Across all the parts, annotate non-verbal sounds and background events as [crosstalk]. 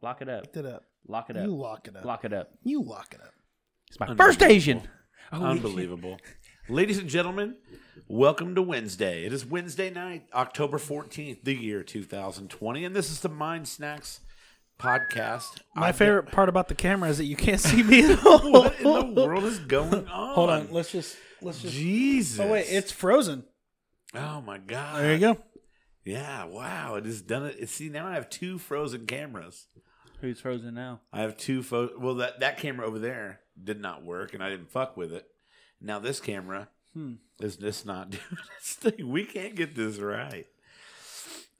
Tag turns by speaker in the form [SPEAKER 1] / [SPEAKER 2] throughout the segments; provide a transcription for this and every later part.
[SPEAKER 1] Lock it up.
[SPEAKER 2] Locked it up.
[SPEAKER 1] Lock it up.
[SPEAKER 2] You lock it up.
[SPEAKER 1] Lock it up.
[SPEAKER 2] You lock it up.
[SPEAKER 1] It's my first Asian.
[SPEAKER 2] Oh,
[SPEAKER 3] Unbelievable. Ladies and gentlemen, welcome to Wednesday. It is Wednesday night, October 14th, the year 2020, and this is the Mind Snacks podcast.
[SPEAKER 2] My
[SPEAKER 3] I've
[SPEAKER 2] favorite part about the camera is that you can't [laughs] see me at all.
[SPEAKER 3] got- [laughs] What in the world is going
[SPEAKER 2] [laughs]
[SPEAKER 3] on?
[SPEAKER 2] Hold on. Let's just let's just.
[SPEAKER 3] Jesus.
[SPEAKER 2] Oh wait, it's frozen.
[SPEAKER 3] Oh my god.
[SPEAKER 2] There you go.
[SPEAKER 3] Yeah, wow. It has done it. it- See, now I have two frozen cameras.
[SPEAKER 1] Who's frozen now?
[SPEAKER 3] I have two photos. Well, that that camera over there did not work, and I didn't fuck with it. Now this camera is just not [laughs] doing this thing. We can't get this right.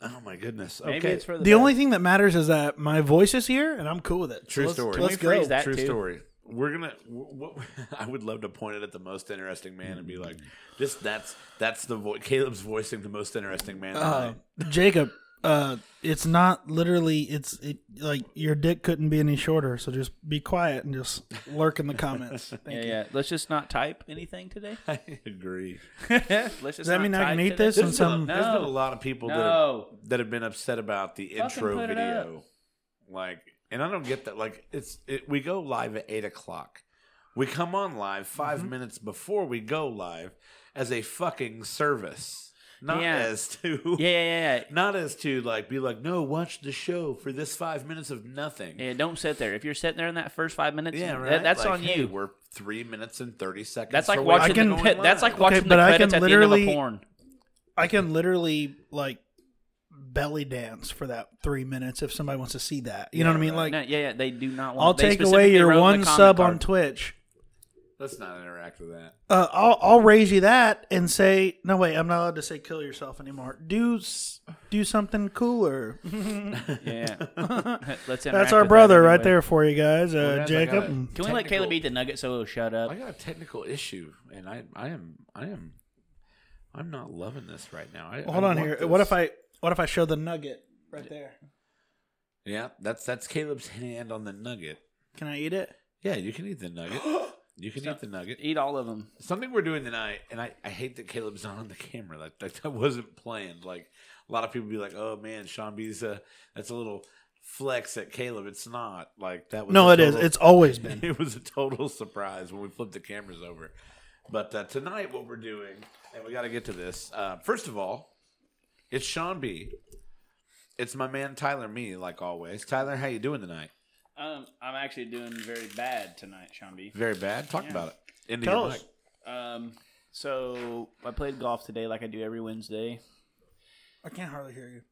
[SPEAKER 3] Oh my goodness. Okay.
[SPEAKER 1] Maybe it's for the,
[SPEAKER 2] The only
[SPEAKER 1] best.
[SPEAKER 2] thing that matters is that my voice is here, and I'm cool with it.
[SPEAKER 3] True
[SPEAKER 2] Let's-
[SPEAKER 3] story.
[SPEAKER 2] Let's
[SPEAKER 1] Can we freeze
[SPEAKER 2] go.
[SPEAKER 1] that?
[SPEAKER 3] True
[SPEAKER 1] too.
[SPEAKER 3] story. We're gonna. What, [laughs] I would love to point it at the most interesting man and be like, "This, that's that's the vo- Caleb's voicing the most interesting man."
[SPEAKER 2] Uh,
[SPEAKER 3] tonight.
[SPEAKER 2] Jacob, uh, it's not literally. It's it, like your dick couldn't be any shorter. So just be quiet and just lurk in the [laughs] comments. Thank
[SPEAKER 1] Yeah,
[SPEAKER 2] you.
[SPEAKER 1] yeah. Let's just not type anything
[SPEAKER 2] [laughs]
[SPEAKER 1] today.
[SPEAKER 3] I [laughs] agree.
[SPEAKER 1] Let's just
[SPEAKER 2] that
[SPEAKER 1] not
[SPEAKER 2] mean I can
[SPEAKER 1] type
[SPEAKER 2] eat
[SPEAKER 1] today.
[SPEAKER 2] this?
[SPEAKER 3] There's been, a,
[SPEAKER 2] some-
[SPEAKER 3] there's been a
[SPEAKER 1] No.
[SPEAKER 3] lot of people that,
[SPEAKER 1] No.
[SPEAKER 3] have, that have been upset about the intro
[SPEAKER 1] put it up.
[SPEAKER 3] video. Like, and I don't get that. Like, it's it, we go live at eight o'clock. We come on live 5
[SPEAKER 1] Mm-hmm.
[SPEAKER 3] minutes before we go live as a fucking service, not
[SPEAKER 1] Yeah.
[SPEAKER 3] as to
[SPEAKER 1] Yeah, yeah, yeah.
[SPEAKER 3] not as to like be like, no, watch the show for this five minutes of nothing.
[SPEAKER 1] Yeah, don't sit there. If you're sitting there in that first five minutes,
[SPEAKER 3] yeah,
[SPEAKER 1] that-
[SPEAKER 3] right.
[SPEAKER 1] that's
[SPEAKER 3] Like,
[SPEAKER 1] on
[SPEAKER 3] hey,
[SPEAKER 1] you.
[SPEAKER 3] We're three minutes and thirty seconds.
[SPEAKER 1] that's like
[SPEAKER 3] away
[SPEAKER 1] watching.
[SPEAKER 3] from
[SPEAKER 2] I
[SPEAKER 1] the,
[SPEAKER 2] can-
[SPEAKER 3] going
[SPEAKER 1] that's
[SPEAKER 3] live.
[SPEAKER 1] like watching
[SPEAKER 2] but
[SPEAKER 1] the
[SPEAKER 2] I
[SPEAKER 1] credits
[SPEAKER 2] can
[SPEAKER 1] at the end of a
[SPEAKER 2] literally-
[SPEAKER 1] porn.
[SPEAKER 2] I can literally like belly dance for that three minutes if somebody wants to see that. You know what I mean? Like
[SPEAKER 1] No, yeah, yeah. They do not want.
[SPEAKER 2] I'll
[SPEAKER 1] they
[SPEAKER 2] take away
[SPEAKER 1] specifically wrote
[SPEAKER 2] your
[SPEAKER 1] in the
[SPEAKER 2] one
[SPEAKER 1] comment
[SPEAKER 2] sub
[SPEAKER 1] card.
[SPEAKER 2] on Twitch.
[SPEAKER 3] Let's not interact with that.
[SPEAKER 2] Uh, I'll I'll raise you that and say no. Wait, I'm not allowed to say kill yourself anymore. Do s- do something cooler. [laughs]
[SPEAKER 1] Yeah, yeah. let's.
[SPEAKER 2] That's
[SPEAKER 1] interact
[SPEAKER 2] our
[SPEAKER 1] with
[SPEAKER 2] brother
[SPEAKER 1] that
[SPEAKER 2] right
[SPEAKER 1] anyway.
[SPEAKER 2] there for you guys,
[SPEAKER 3] Well,
[SPEAKER 2] uh,
[SPEAKER 3] guys, I
[SPEAKER 2] Jacob.
[SPEAKER 3] gotta-
[SPEAKER 2] and-
[SPEAKER 1] Can we let
[SPEAKER 3] Technical-
[SPEAKER 1] Caleb eat the nugget so he'll shut
[SPEAKER 3] I
[SPEAKER 1] up?
[SPEAKER 3] got a technical issue, and I, I am, I am, I'm not loving this right now. I,
[SPEAKER 2] Well, hold
[SPEAKER 3] I
[SPEAKER 2] on
[SPEAKER 3] want
[SPEAKER 2] here.
[SPEAKER 3] this.
[SPEAKER 2] What if I what if I show the nugget right there?
[SPEAKER 3] Yeah, that's that's Caleb's hand on the nugget.
[SPEAKER 2] Can I eat it?
[SPEAKER 3] Yeah, you can eat the nugget.
[SPEAKER 2] [gasps]
[SPEAKER 3] You can eat the nugget.
[SPEAKER 1] Eat all of them.
[SPEAKER 3] Something we're doing tonight, and I, I hate that Caleb's not on the camera. Like, like that wasn't planned. Like a lot of people be like, "Oh man, Sean B's uh, that's a little flex at Caleb." It's not like that. Was
[SPEAKER 2] No,
[SPEAKER 3] a
[SPEAKER 2] it is.
[SPEAKER 3] total-
[SPEAKER 2] It's always been.
[SPEAKER 3] [laughs] it was a total surprise when we flipped the cameras over. But uh, tonight, what we're doing, and we got to get to this. Uh, first of all, it's Sean B. It's my man Tyler Me, like always. Tyler, how you doing tonight?
[SPEAKER 1] Um, I'm actually doing very bad tonight, Sean B.
[SPEAKER 3] Very bad. Talk
[SPEAKER 1] Yeah.
[SPEAKER 3] about it. Into
[SPEAKER 2] Tell
[SPEAKER 3] your
[SPEAKER 2] us.
[SPEAKER 3] mic.
[SPEAKER 1] Um, so I played golf today, like I do every Wednesday.
[SPEAKER 2] I can't hardly hear you.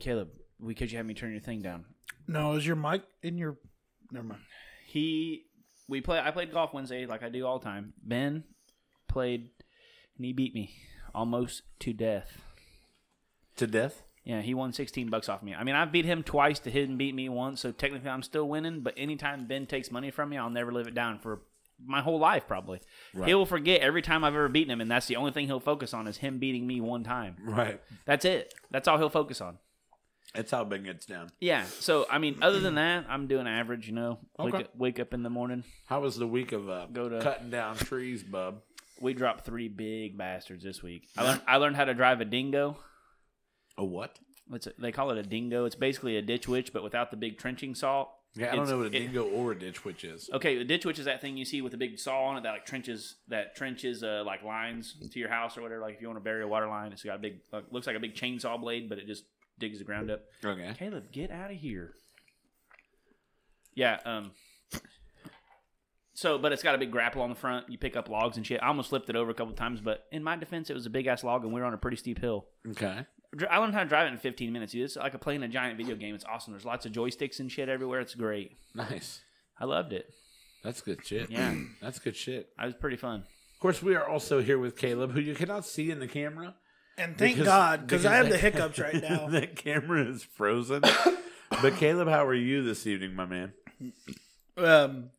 [SPEAKER 1] Caleb, because you had me turn your thing down.
[SPEAKER 2] No, is your mic in your? Never mind.
[SPEAKER 1] He, we play. I played golf Wednesday, like I do all the time. Ben played, and he beat me almost to death.
[SPEAKER 3] to death.
[SPEAKER 1] Yeah, he won 16 bucks off me. I mean, I beat him twice to hit and beat me once, so technically I'm still winning, but anytime Ben takes money from me, I'll never live it down for my whole life probably. He'll forget every time I've ever beaten him, and that's the only thing he'll focus on is him beating me one time.
[SPEAKER 3] Right.
[SPEAKER 1] That's it. That's all he'll focus on.
[SPEAKER 3] That's how Ben gets down.
[SPEAKER 1] Yeah. So, I mean, other than that, I'm doing average, you know. Wake,
[SPEAKER 3] Okay.
[SPEAKER 1] up, wake up in the morning.
[SPEAKER 3] How was the week of uh,
[SPEAKER 1] Go to-
[SPEAKER 3] cutting down trees, bub?
[SPEAKER 1] We dropped three big bastards this week. I learned, I learned how to drive a dingo.
[SPEAKER 3] A what?
[SPEAKER 1] It's they call it a dingo. It's basically a ditch witch, but without the big trenching saw.
[SPEAKER 3] Yeah, I don't
[SPEAKER 1] It's-
[SPEAKER 3] know what a
[SPEAKER 1] it-
[SPEAKER 3] dingo or a ditch witch is.
[SPEAKER 1] Okay, a ditch witch is that thing you see with a big saw on it that like trenches that trenches uh, like lines to your house or whatever. Like if you want to bury a water line, it's got a big like, looks like a big chainsaw blade, but it just digs the ground up.
[SPEAKER 3] Okay.
[SPEAKER 1] Caleb, get out of here. Yeah. Um. So, but it's got a big grapple on the front. You pick up logs and shit. I almost flipped it over a couple times, but in my defense, it was a big ass log, and we were on a pretty steep hill.
[SPEAKER 3] Okay.
[SPEAKER 1] Dr- I learned how to drive it in 15 minutes. dude. It's like a playing a giant video game. It's awesome. There's lots of joysticks and shit everywhere. It's great.
[SPEAKER 3] Nice.
[SPEAKER 1] I loved it.
[SPEAKER 3] That's good shit.
[SPEAKER 1] Yeah.
[SPEAKER 3] [clears throat] That's good shit.
[SPEAKER 1] I was pretty fun.
[SPEAKER 3] Of course, we are also here with Caleb, who you cannot see in the camera.
[SPEAKER 2] And thank
[SPEAKER 3] Because-
[SPEAKER 2] God, because I
[SPEAKER 3] because
[SPEAKER 2] have the
[SPEAKER 3] that-
[SPEAKER 2] hiccups
[SPEAKER 3] [laughs]
[SPEAKER 2] right now.
[SPEAKER 3] that camera
[SPEAKER 2] [coughs]
[SPEAKER 3] is frozen. but Caleb, how are you this evening, my man?
[SPEAKER 2] Um,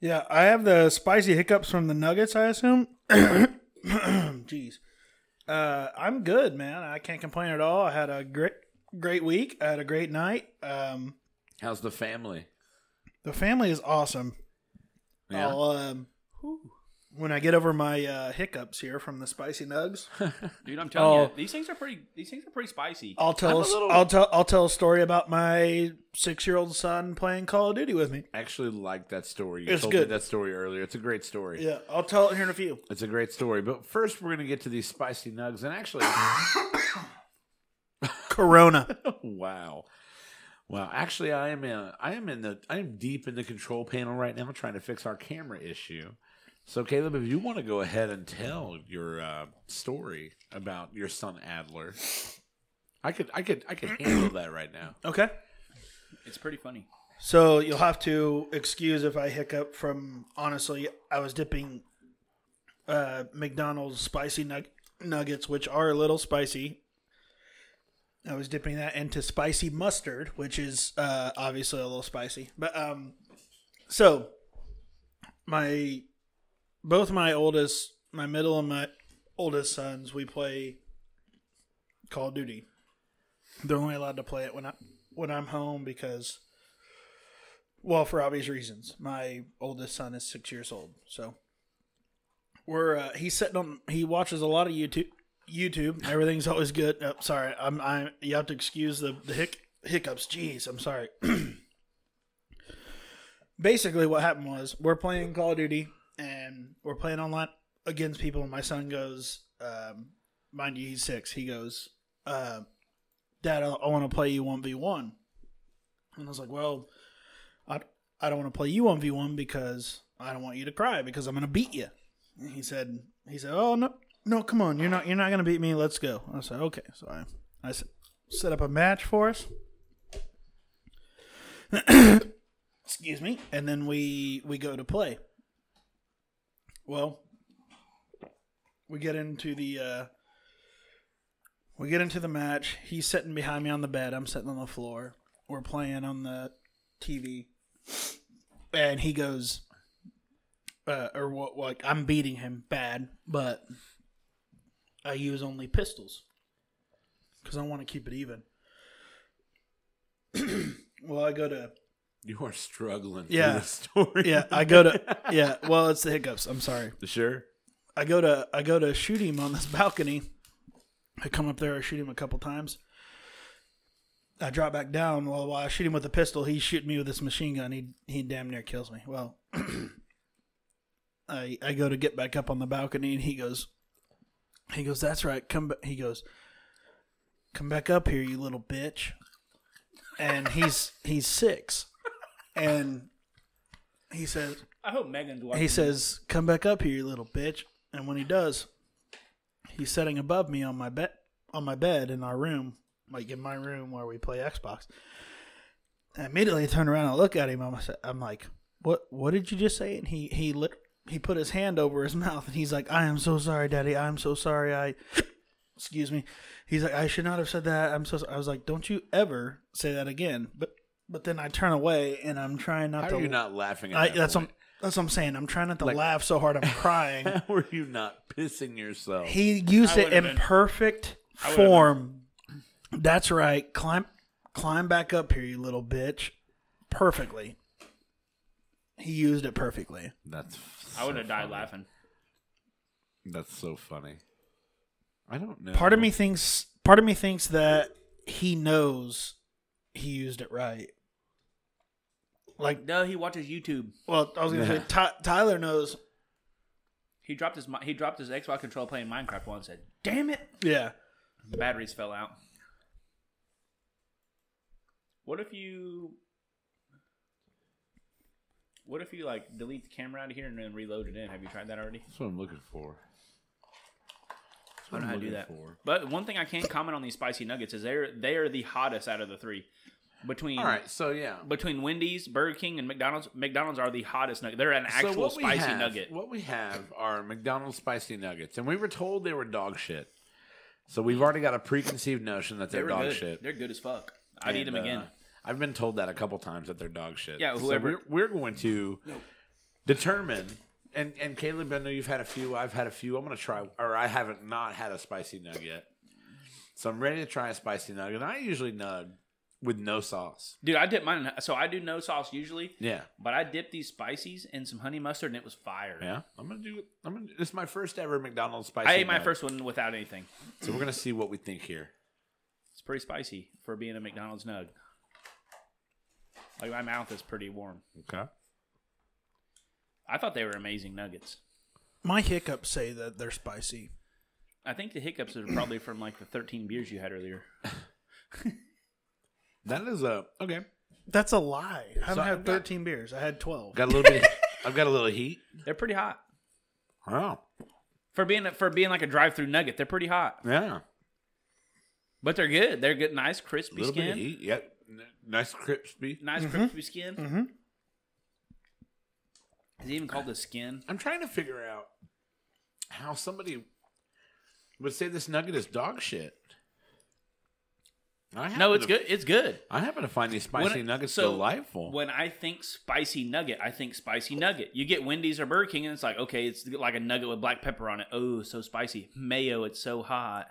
[SPEAKER 2] yeah, I have the spicy hiccups from the nuggets. I assume. [coughs] Jeez, uh, I'm good, man. I can't complain at all. I had a great, great week. I had a great night. Um,
[SPEAKER 3] How's the family?
[SPEAKER 2] the family is awesome.
[SPEAKER 3] Yeah.
[SPEAKER 2] I'll, um, when I get over my uh, hiccups here from the spicy nugs,
[SPEAKER 1] Dude, I'm telling
[SPEAKER 2] Oh.
[SPEAKER 1] you, these things are pretty. These things are pretty spicy.
[SPEAKER 2] I'll
[SPEAKER 1] I'm
[SPEAKER 2] tell
[SPEAKER 1] a
[SPEAKER 2] a s-
[SPEAKER 1] little-
[SPEAKER 2] I'll tell I'll tell a story about my six year old son playing Call of Duty with me.
[SPEAKER 3] actually like that story. You
[SPEAKER 2] It's
[SPEAKER 3] told
[SPEAKER 2] good.
[SPEAKER 3] me that story earlier. It's a great story.
[SPEAKER 2] Yeah, I'll tell it here in a few.
[SPEAKER 3] It's a great story. But first, we're gonna get to these spicy nugs. And actually,
[SPEAKER 2] Corona.
[SPEAKER 3] wow, wow. Actually, I am in. I am in the. I am deep in the control panel right now, trying to fix our camera issue. So, Caleb, if you want to go ahead and tell your uh, story about your son Adler, I could, I could, I could handle that right now.
[SPEAKER 2] [laughs] okay.
[SPEAKER 1] It's pretty funny.
[SPEAKER 2] So you'll have to excuse if I hiccup from honestly, I was dipping uh, McDonald's spicy nug- nuggets, which are a little spicy. I was dipping that into spicy mustard, which is uh, obviously a little spicy. But um, so my both my oldest, my middle and my oldest sons, we play Call of Duty. They're only allowed to play it when I when I'm home because well, for obvious reasons. My oldest son is six years old, so we're uh, he's sitting on. He watches a lot of YouTube. YouTube, everything's always good. Oh, sorry, I'm. I you have to excuse the the hic, hiccups. Jeez, I'm sorry. [clears throat] Basically, what happened was we're playing Call of Duty and we're playing online against people. And my son goes, um, mind you, he's six. He goes, uh, Dad, I, I want to play you one v one. And I was like, Well, I, I don't want to play you one v one because I don't want you to cry because I'm gonna beat you. And he said he said oh no no come on you're not you're not gonna beat me let's go. I said okay so I I s- set up a match for us. [coughs] Excuse me, and then we we go to play. Well, we get into the uh, we get into the match. He's sitting behind me on the bed. I'm sitting on the floor. We're playing on the TV, and he goes, uh, or what? Like I'm beating him bad, but I use only pistols because I want to keep it even. [clears throat] well, I go to
[SPEAKER 3] You are struggling.
[SPEAKER 2] Yeah.
[SPEAKER 3] Yeah, the story.
[SPEAKER 2] yeah, I go to yeah. Well, it's the hiccups. I'm sorry.
[SPEAKER 3] sure.
[SPEAKER 2] I go to I go to shoot him on this [laughs] balcony. I come up there, I shoot him a couple times. I drop back down. Well, while I shoot him with a pistol, he's shooting me with this machine gun. He he damn near kills me. Well, [clears throat] I I go to get back up on the balcony, and he goes, he goes, that's right. Come back. He goes, come back up here, you little bitch. And he's he's six, and he says,
[SPEAKER 1] I hope Megan's watching.
[SPEAKER 2] he says, "Come back up here, you little bitch." And when he does, he's sitting above me on my bed, on my bed in our room, like in my room where we play Xbox. I immediately turn around and look at him. I'm, I'm like, "What? What did you just say?" And he he lit, he put his hand over his [laughs] mouth and he's like, "I am so sorry, Daddy. I'm so sorry. I." Excuse me. He's like, I should not have said that. I'm so. Sorry. I was like, don't you ever say that again. But, but then I turn away and I'm trying not
[SPEAKER 3] How
[SPEAKER 2] to.
[SPEAKER 3] are you not laughing? At
[SPEAKER 2] I,
[SPEAKER 3] that
[SPEAKER 2] that's what
[SPEAKER 3] point?
[SPEAKER 2] I'm, that's what I'm saying. I'm trying not to
[SPEAKER 3] Like-
[SPEAKER 2] laugh so hard I'm crying.
[SPEAKER 3] [laughs] How are you not pissing yourself?
[SPEAKER 2] he used
[SPEAKER 1] I
[SPEAKER 2] it in
[SPEAKER 1] would've been.
[SPEAKER 2] perfect
[SPEAKER 1] would've
[SPEAKER 2] form. That's right. Climb climb back up here, you little bitch. Perfectly. He used it perfectly.
[SPEAKER 3] That's
[SPEAKER 1] I would have
[SPEAKER 3] so
[SPEAKER 1] died
[SPEAKER 3] funny.
[SPEAKER 1] laughing.
[SPEAKER 3] That's so funny. I don't know.
[SPEAKER 2] Part of me thinks part of me thinks that he knows he used it right. Like
[SPEAKER 1] No, he watches YouTube.
[SPEAKER 2] well, I was gonna say Ty- Tyler knows.
[SPEAKER 1] He dropped his mi- he dropped his Xbox controller playing Minecraft once. and Said, "Damn it,
[SPEAKER 2] Yeah.
[SPEAKER 1] the batteries fell out." What if you? What if you like delete the camera out of here and then reload it in? Have you tried that already?
[SPEAKER 3] That's what I'm looking for.
[SPEAKER 1] I
[SPEAKER 3] That's what
[SPEAKER 1] don't know
[SPEAKER 3] I'm
[SPEAKER 1] how to do
[SPEAKER 3] looking
[SPEAKER 1] that.
[SPEAKER 3] for.
[SPEAKER 1] But one thing I can comment on these spicy nuggets is they're they are the hottest out of the three. Between
[SPEAKER 3] All right, so yeah.
[SPEAKER 1] between Wendy's, Burger King, and McDonald's, McDonald's are the hottest nugget. They're an
[SPEAKER 3] so
[SPEAKER 1] actual
[SPEAKER 3] what we
[SPEAKER 1] spicy
[SPEAKER 3] have-
[SPEAKER 1] nugget.
[SPEAKER 3] What we have are McDonald's spicy nuggets, and we were told they were dog shit. So we've already got a preconceived notion that
[SPEAKER 1] They
[SPEAKER 3] they're
[SPEAKER 1] were
[SPEAKER 3] dog
[SPEAKER 1] good.
[SPEAKER 3] shit.
[SPEAKER 1] They're good as fuck. I'd eat
[SPEAKER 3] And,
[SPEAKER 1] them
[SPEAKER 3] uh,
[SPEAKER 1] again.
[SPEAKER 3] I've been told that a couple times that they're dog shit.
[SPEAKER 1] Yeah,
[SPEAKER 3] So
[SPEAKER 1] whoever-
[SPEAKER 3] we're, we're going to determine. And and Caleb, I know you've had a few. I've had a few. I'm gonna try, or I haven't not had a spicy nug yet. So I'm ready to try a spicy nug, and I usually nug with no sauce.
[SPEAKER 1] Dude, I dip mine. In, so I do no sauce usually,
[SPEAKER 3] Yeah.
[SPEAKER 1] but I dipped these spices in some honey mustard, and it was fire.
[SPEAKER 3] Yeah. I'm gonna do. I'm gonna. This is my first ever McDonald's spicy.
[SPEAKER 1] I ate my
[SPEAKER 3] nugget.
[SPEAKER 1] first one without anything.
[SPEAKER 3] So we're gonna see what we think here.
[SPEAKER 1] It's pretty spicy for being a McDonald's nug. Like my mouth is pretty warm.
[SPEAKER 3] Okay.
[SPEAKER 1] I thought they were amazing nuggets.
[SPEAKER 2] My hiccups say that they're spicy.
[SPEAKER 1] I think the hiccups are probably from like the 13 beers you had earlier.
[SPEAKER 3] That is a okay.
[SPEAKER 2] That's a lie. I haven't
[SPEAKER 3] So I've
[SPEAKER 2] had
[SPEAKER 3] got-
[SPEAKER 2] 13 beers. I had 12.
[SPEAKER 3] Got a little bit. I've got a little heat. Oh,
[SPEAKER 1] They're pretty hot
[SPEAKER 3] Wow.
[SPEAKER 1] for being for being like a drive-through nugget. They're pretty hot,
[SPEAKER 3] Yeah.
[SPEAKER 1] but they're good. They're good, nice
[SPEAKER 3] A
[SPEAKER 1] crispy
[SPEAKER 3] little bit of
[SPEAKER 1] skin.
[SPEAKER 3] heat. Yep. N- Nice crispy.
[SPEAKER 1] Nice crispy skin.
[SPEAKER 2] Mhm.
[SPEAKER 1] Is it even called the skin?
[SPEAKER 3] I'm trying to figure out how somebody would say this nugget is dog shit. I happen
[SPEAKER 1] No, it's
[SPEAKER 3] to-
[SPEAKER 1] good. It's good.
[SPEAKER 3] I happen to find these spicy
[SPEAKER 1] When-
[SPEAKER 3] nuggets
[SPEAKER 1] so,
[SPEAKER 3] delightful.
[SPEAKER 1] When I think spicy nugget, I think spicy nugget. You get Wendy's or Burger King, and it's like, okay, it's like a nugget with black pepper on it. Oh, so spicy. Mayo, it's so hot.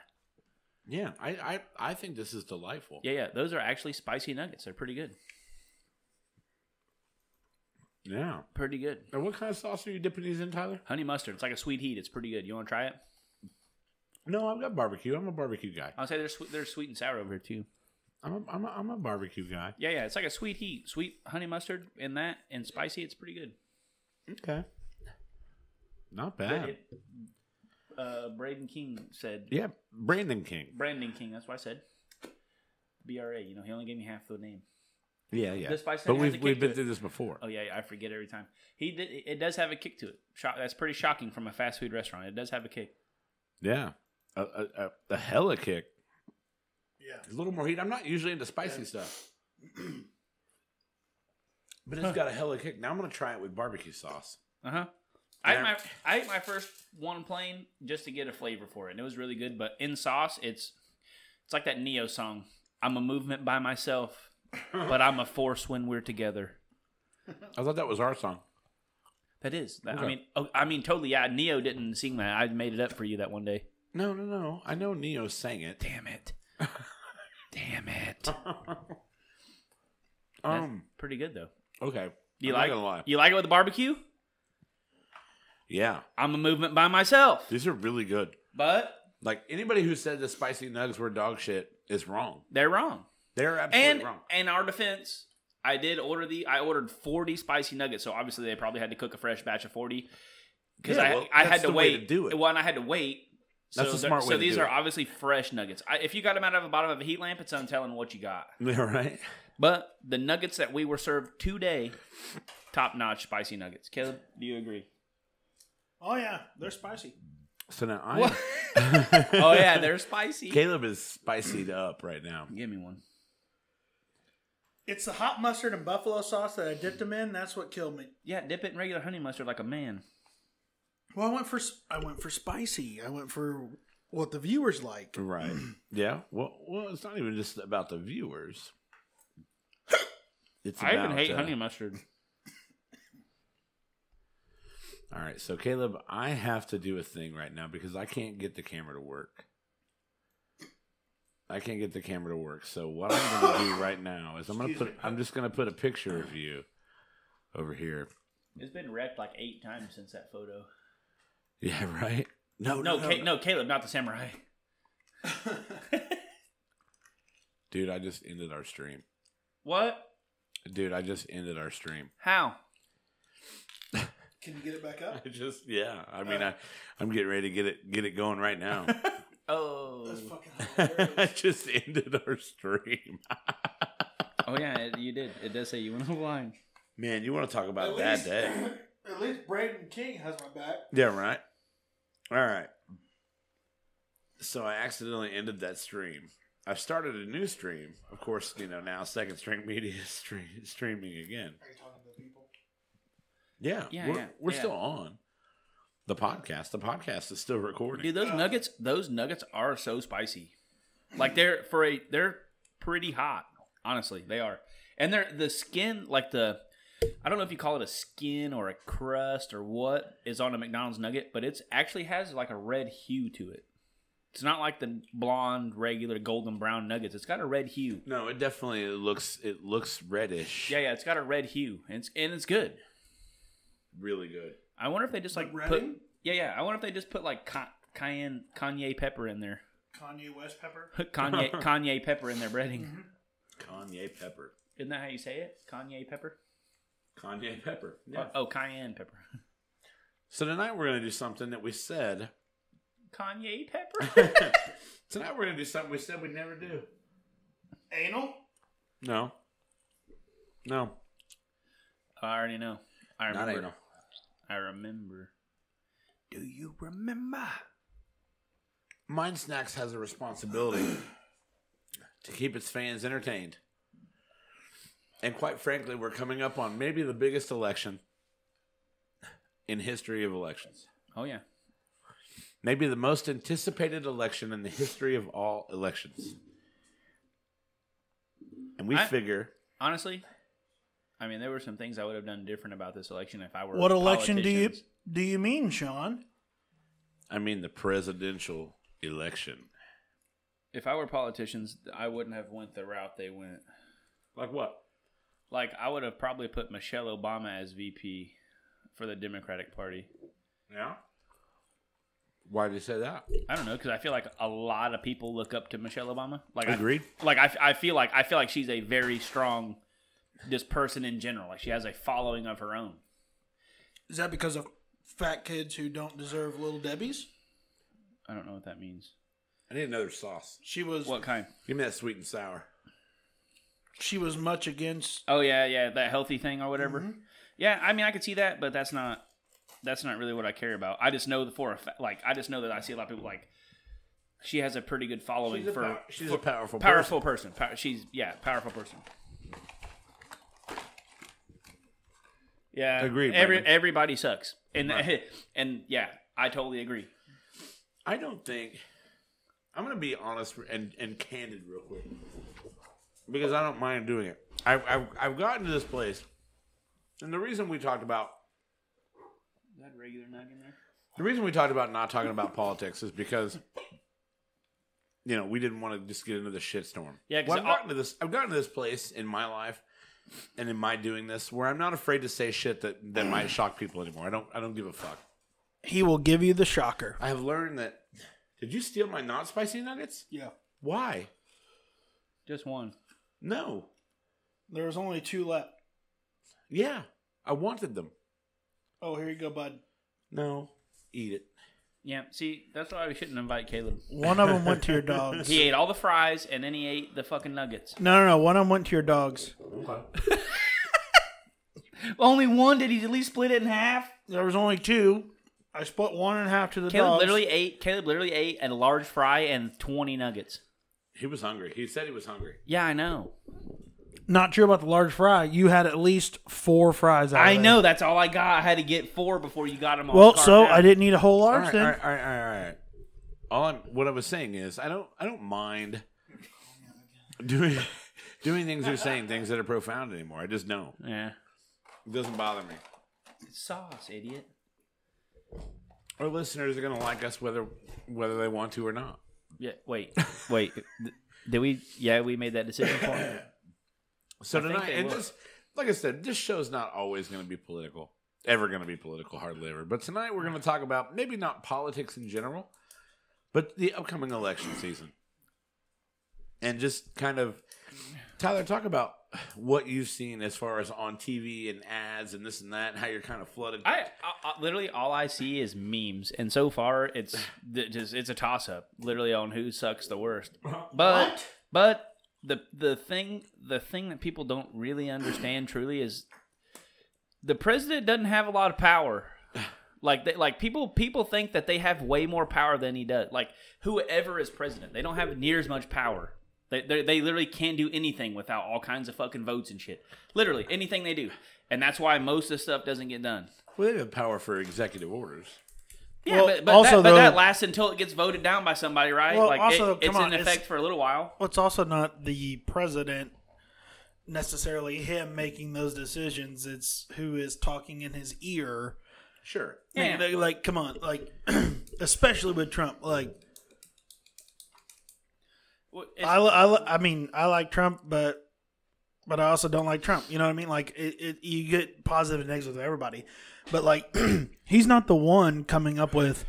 [SPEAKER 3] yeah, I, I I think this is delightful.
[SPEAKER 1] Yeah, yeah. Those are actually spicy nuggets. They're pretty good.
[SPEAKER 3] Yeah.
[SPEAKER 1] Pretty good.
[SPEAKER 3] And what kind of sauce are you dipping these in, Tyler?
[SPEAKER 1] Honey mustard. It's like a sweet heat. It's pretty good. You want to try it?
[SPEAKER 3] No, I've got barbecue. I'm a barbecue guy.
[SPEAKER 1] I'll say they're sweet. They're sweet and sour over here too.
[SPEAKER 3] I'm a, I'm a, I'm a barbecue guy.
[SPEAKER 1] Yeah, yeah. It's like a sweet heat, sweet honey mustard in that, and spicy. It's pretty good.
[SPEAKER 3] Okay. Not bad.
[SPEAKER 1] Uh, Braden King said.
[SPEAKER 3] Yeah, Brandon King.
[SPEAKER 1] Brandon King. That's what I said. BRA. You know, he only gave me half the name.
[SPEAKER 3] Yeah, yeah.
[SPEAKER 1] This spice
[SPEAKER 3] but
[SPEAKER 1] thing has a
[SPEAKER 3] we've
[SPEAKER 1] kick
[SPEAKER 3] we've
[SPEAKER 1] to
[SPEAKER 3] been
[SPEAKER 1] it.
[SPEAKER 3] through this before.
[SPEAKER 1] Oh yeah, yeah, I forget every time. He did. It does have a kick to it. Shock, that's pretty shocking from a fast food restaurant. It does have a kick.
[SPEAKER 3] Yeah, a a, a, a hella kick.
[SPEAKER 2] Yeah.
[SPEAKER 3] A little more heat. I'm not usually into
[SPEAKER 1] [clears throat]
[SPEAKER 3] spicy stuff, but it's got a hella kick. Now I'm gonna try it with barbecue sauce.
[SPEAKER 1] Uh huh. I ate
[SPEAKER 3] Yeah.
[SPEAKER 1] my I ate my first one plain just to get a flavor for it, and it was really good. But in sauce, it's it's like that Neo song. I'm a movement by myself, but I'm a force when we're together.
[SPEAKER 3] I thought that was our song.
[SPEAKER 1] That is. That, I
[SPEAKER 3] Okay.
[SPEAKER 1] mean, oh, I mean, totally. Yeah, Neo didn't sing that. I made it up for you that one day.
[SPEAKER 3] No, no, no. I know Neo sang it.
[SPEAKER 1] Damn [laughs] it. Damn it.
[SPEAKER 3] Um.
[SPEAKER 1] Pretty good though.
[SPEAKER 3] Okay.
[SPEAKER 1] You
[SPEAKER 3] I'm
[SPEAKER 1] like
[SPEAKER 3] Not gonna lie.
[SPEAKER 1] you like it with the barbecue?
[SPEAKER 3] Yeah,
[SPEAKER 1] I'm a movement by myself,
[SPEAKER 3] these are really good.
[SPEAKER 1] but
[SPEAKER 3] Like anybody who said the spicy nuggets were dog shit is wrong.
[SPEAKER 1] they're wrong.
[SPEAKER 3] They're absolutely
[SPEAKER 1] And
[SPEAKER 3] wrong. [laughs]
[SPEAKER 1] in our defense, I did order the I ordered 40 spicy nuggets, so obviously they probably had to cook a fresh batch of 40 because
[SPEAKER 3] Yeah,
[SPEAKER 1] I
[SPEAKER 3] well,
[SPEAKER 1] I
[SPEAKER 3] that's
[SPEAKER 1] had to
[SPEAKER 3] the way
[SPEAKER 1] wait
[SPEAKER 3] to do it.
[SPEAKER 1] Well, and I had to wait.
[SPEAKER 3] That's
[SPEAKER 1] so
[SPEAKER 3] the
[SPEAKER 1] they're-
[SPEAKER 3] smart way
[SPEAKER 1] So
[SPEAKER 3] to
[SPEAKER 1] these
[SPEAKER 3] do
[SPEAKER 1] are
[SPEAKER 3] it.
[SPEAKER 1] obviously fresh nuggets. I, if you got them out of the bottom of a heat lamp, it's untelling what you got.
[SPEAKER 3] All right.
[SPEAKER 1] But the nuggets that we were served today, top notch spicy nuggets. Caleb, do you agree?
[SPEAKER 2] Oh, yeah. They're spicy.
[SPEAKER 3] So now
[SPEAKER 1] What?
[SPEAKER 3] I.
[SPEAKER 1] oh yeah, they're spicy.
[SPEAKER 3] Caleb is spicied up right now.
[SPEAKER 1] Give me one.
[SPEAKER 2] It's the hot mustard and buffalo sauce that I dipped them in. That's what killed me.
[SPEAKER 1] Yeah, dip it in regular honey mustard like a man.
[SPEAKER 2] Well, I went for s- I went for spicy. I went for what the viewers like.
[SPEAKER 3] [clears throat] Right. yeah. Well, well, it's not even just about the viewers. It's
[SPEAKER 1] I even
[SPEAKER 3] about,
[SPEAKER 1] hate
[SPEAKER 3] uh,
[SPEAKER 1] honey mustard.
[SPEAKER 3] All right. So Caleb, I have to do a thing right now because I can't get the camera to work. I can't get the camera to work. So what I'm going to [laughs] do right now is I'm going to put I'm just going to put a picture of you over here. [laughs]
[SPEAKER 1] It's been wrecked like eight times since that photo.
[SPEAKER 3] Yeah. Right. No.
[SPEAKER 1] No,
[SPEAKER 3] No.
[SPEAKER 1] no, Ca- no, Caleb, not the samurai.
[SPEAKER 3] Dude, I just ended our stream.
[SPEAKER 1] What?
[SPEAKER 3] Dude, I just ended our stream.
[SPEAKER 1] How?
[SPEAKER 2] [laughs] Can you get it back up?
[SPEAKER 3] I just yeah. I mean, I I'm getting ready to get it get it going right now.
[SPEAKER 1] Oh, [laughs]
[SPEAKER 2] fucking
[SPEAKER 3] I [laughs] just ended our stream.
[SPEAKER 1] oh yeah, it, you did. It does say you went [laughs] blind.
[SPEAKER 3] Man, you want to talk about a bad day?
[SPEAKER 2] [laughs] At least Braden King has my back.
[SPEAKER 3] Yeah, right. All right. So I accidentally ended that stream. I started a new stream. Of course, you know now Second String Media is stre- streaming again.
[SPEAKER 2] Are you talking to the people?
[SPEAKER 3] Yeah,
[SPEAKER 1] Yeah,
[SPEAKER 3] we're,
[SPEAKER 1] yeah,
[SPEAKER 3] we're
[SPEAKER 1] yeah.
[SPEAKER 3] still on the podcast. The podcast is still recording.
[SPEAKER 1] Dude, those nuggets, those nuggets are so spicy. Like they're for a, they're pretty hot. Honestly, they are, and they're the skin, like the, I don't know if you call it a skin or a crust or what is on a McDonald's nugget, but it's actually has like a red hue to it. It's not like the blonde, regular golden brown nuggets. It's got a red hue.
[SPEAKER 3] No, it definitely looks it looks reddish.
[SPEAKER 1] Yeah, yeah, it's got a red hue, and it's and it's good.
[SPEAKER 3] really good.
[SPEAKER 1] I wonder if they just like
[SPEAKER 2] Like
[SPEAKER 1] put.
[SPEAKER 2] Redding?
[SPEAKER 1] Yeah, yeah. I wonder if they just put like ca- cayenne, Kanye pepper in there.
[SPEAKER 2] Kanye West pepper.
[SPEAKER 1] Kanye, Kanye pepper in their breading.
[SPEAKER 3] Kanye pepper.
[SPEAKER 1] Isn't that how you say it? Kanye pepper.
[SPEAKER 3] Kanye pepper.
[SPEAKER 1] Oh, oh, cayenne pepper. [laughs]
[SPEAKER 3] So tonight we're gonna do something that we said.
[SPEAKER 1] Kanye pepper.
[SPEAKER 3] Tonight we're gonna do something we said we'd never do.
[SPEAKER 2] Anal.
[SPEAKER 3] No. No.
[SPEAKER 1] [laughs] I already know. I
[SPEAKER 3] Not
[SPEAKER 1] remember.
[SPEAKER 3] anal.
[SPEAKER 1] I remember. Do you remember?
[SPEAKER 3] Mind Snacks has a responsibility
[SPEAKER 1] [clears throat]
[SPEAKER 3] to keep its fans entertained. And quite frankly, we're coming up on maybe the biggest election in history of elections.
[SPEAKER 1] Oh yeah.
[SPEAKER 3] Maybe the most anticipated election in the history of all elections. And we
[SPEAKER 1] I-
[SPEAKER 3] figure
[SPEAKER 1] Honestly, I mean, there were some things I would have done different about this election if I were.
[SPEAKER 2] What election do you
[SPEAKER 1] politicians.
[SPEAKER 2] do you mean, Sean?
[SPEAKER 3] I mean the presidential election.
[SPEAKER 1] If I were politicians, I wouldn't have went the route they went.
[SPEAKER 3] Like what?
[SPEAKER 1] Like I would have probably put Michelle Obama as VP for the Democratic Party.
[SPEAKER 3] Yeah. Why did you say that?
[SPEAKER 1] I don't know because I feel like a lot of people look up to Michelle Obama. Like
[SPEAKER 3] Agreed.
[SPEAKER 1] I, like I, I feel like I feel like she's a very strong, just person in general. Like she has a following of her own.
[SPEAKER 2] Is that because of fat kids who don't deserve little debbies?
[SPEAKER 1] I don't know what that means.
[SPEAKER 3] I need another sauce.
[SPEAKER 2] She was
[SPEAKER 1] What kind?
[SPEAKER 3] Give me that sweet and sour.
[SPEAKER 2] she was much against
[SPEAKER 1] Oh yeah, yeah, that healthy thing or whatever.
[SPEAKER 3] Mm-hmm.
[SPEAKER 1] Yeah, I mean, I could see that, but that's not that's not really what I care about. I just know the for a fa- like I just know that I see a lot of people like she has a pretty good following for
[SPEAKER 3] she's a powerful
[SPEAKER 1] powerful person. Pow- she's yeah, powerful person. Yeah,
[SPEAKER 3] Agreed,
[SPEAKER 1] Every,
[SPEAKER 3] Brandon.
[SPEAKER 1] everybody sucks, and [laughs] and yeah, I totally agree.
[SPEAKER 3] I don't think I'm gonna be honest and and candid real quick because I don't mind doing it. I've I've, I've gotten to this place, and the reason we talked about
[SPEAKER 1] Is that regular nug in there?
[SPEAKER 3] the reason we talked about not talking about politics is because you know we didn't want to just get into the shitstorm.
[SPEAKER 1] Yeah, 'cause
[SPEAKER 3] well, I've
[SPEAKER 1] all-
[SPEAKER 3] gotten to this. I've gotten to this place in my life and in my doing this where I'm not afraid to say shit that that might shock people anymore. I don't. I don't give a fuck.
[SPEAKER 2] He will give you the shocker.
[SPEAKER 3] I have learned that. Did you steal my not spicy nuggets?
[SPEAKER 2] Yeah.
[SPEAKER 3] Why?
[SPEAKER 1] Just one.
[SPEAKER 3] No.
[SPEAKER 2] There was only two left.
[SPEAKER 3] Yeah, I wanted them.
[SPEAKER 2] Oh, here you go, bud.
[SPEAKER 3] No, eat it.
[SPEAKER 1] Yeah, see, that's why we shouldn't invite Caleb.
[SPEAKER 2] One of them went to
[SPEAKER 1] [laughs]
[SPEAKER 2] your dogs.
[SPEAKER 1] He ate all the fries and then he ate the fucking nuggets.
[SPEAKER 2] No, no, no. One of them went to your dogs.
[SPEAKER 1] Only one? Did he at least split it in half?
[SPEAKER 2] There was only two. I split one and a half to the
[SPEAKER 1] Caleb
[SPEAKER 2] dogs.
[SPEAKER 1] literally ate. Caleb literally ate a large fry and twenty nuggets.
[SPEAKER 3] He was hungry. He said he was hungry.
[SPEAKER 1] Yeah, I know.
[SPEAKER 2] Not true about the large fry. You had at least four fries. Out of
[SPEAKER 1] I
[SPEAKER 2] there.
[SPEAKER 1] know. That's all I got. I had to get four before you got them. All
[SPEAKER 2] Well,
[SPEAKER 1] carved
[SPEAKER 2] so
[SPEAKER 1] out.
[SPEAKER 2] I didn't need a whole large
[SPEAKER 3] All right, all
[SPEAKER 2] then.
[SPEAKER 3] right, all right, all right, all right. All I'm, what I was saying is, I don't, I don't mind doing, [laughs] doing things or saying things that are profound anymore. I just don't.
[SPEAKER 1] Yeah.
[SPEAKER 3] It doesn't bother me.
[SPEAKER 1] Sauce, idiot.
[SPEAKER 3] Our listeners are gonna like us whether, whether they want to or not.
[SPEAKER 1] Yeah. Wait. Wait. Th- Did we? Yeah, we made that decision for him.
[SPEAKER 3] So
[SPEAKER 1] I think
[SPEAKER 3] tonight,
[SPEAKER 1] they
[SPEAKER 3] and
[SPEAKER 1] will.
[SPEAKER 3] this, like I said, this show's not always going to be political, ever going to be political, hardly ever. But tonight we're going to talk about maybe not politics in general, but the upcoming election season, and just kind of Tyler talk about what you've seen as far as on TV and ads and this and that, and how you're kind of flooded.
[SPEAKER 1] I, I, I literally all I see is memes, and so far it's th- just it's a toss up, literally on who sucks the worst. But but the the thing the thing that people don't really understand truly is the president doesn't have a lot of power. Like they, like people people think that they have way more power than he does. Like whoever is president, they don't have near as much power. They, they, they literally can't do anything without all kinds of fucking votes and shit. Literally anything they do, and that's why most of the stuff doesn't get done.
[SPEAKER 3] well, they have power for executive orders.
[SPEAKER 1] Yeah,
[SPEAKER 2] Well,
[SPEAKER 1] but, but,
[SPEAKER 2] also,
[SPEAKER 1] that, but that
[SPEAKER 2] though-
[SPEAKER 1] lasts until it gets voted down by somebody, right?
[SPEAKER 2] Well,
[SPEAKER 1] like
[SPEAKER 2] also,
[SPEAKER 1] it, it's
[SPEAKER 2] come on,
[SPEAKER 1] in
[SPEAKER 2] it's-
[SPEAKER 1] effect for a little while.
[SPEAKER 2] Well, it's also not the president necessarily him making those decisions. It's who is talking in his ear.
[SPEAKER 3] Sure.
[SPEAKER 1] Yeah.
[SPEAKER 2] [clears throat] Like, like, come on, like especially with Trump, like
[SPEAKER 1] Well,
[SPEAKER 2] I,
[SPEAKER 1] it's-
[SPEAKER 2] li- I, li- I mean, I like Trump, but but I also don't like Trump. You know what I mean? Like, it, it, you get positive and negative with everybody, but like, [clears throat] he's not the one coming up with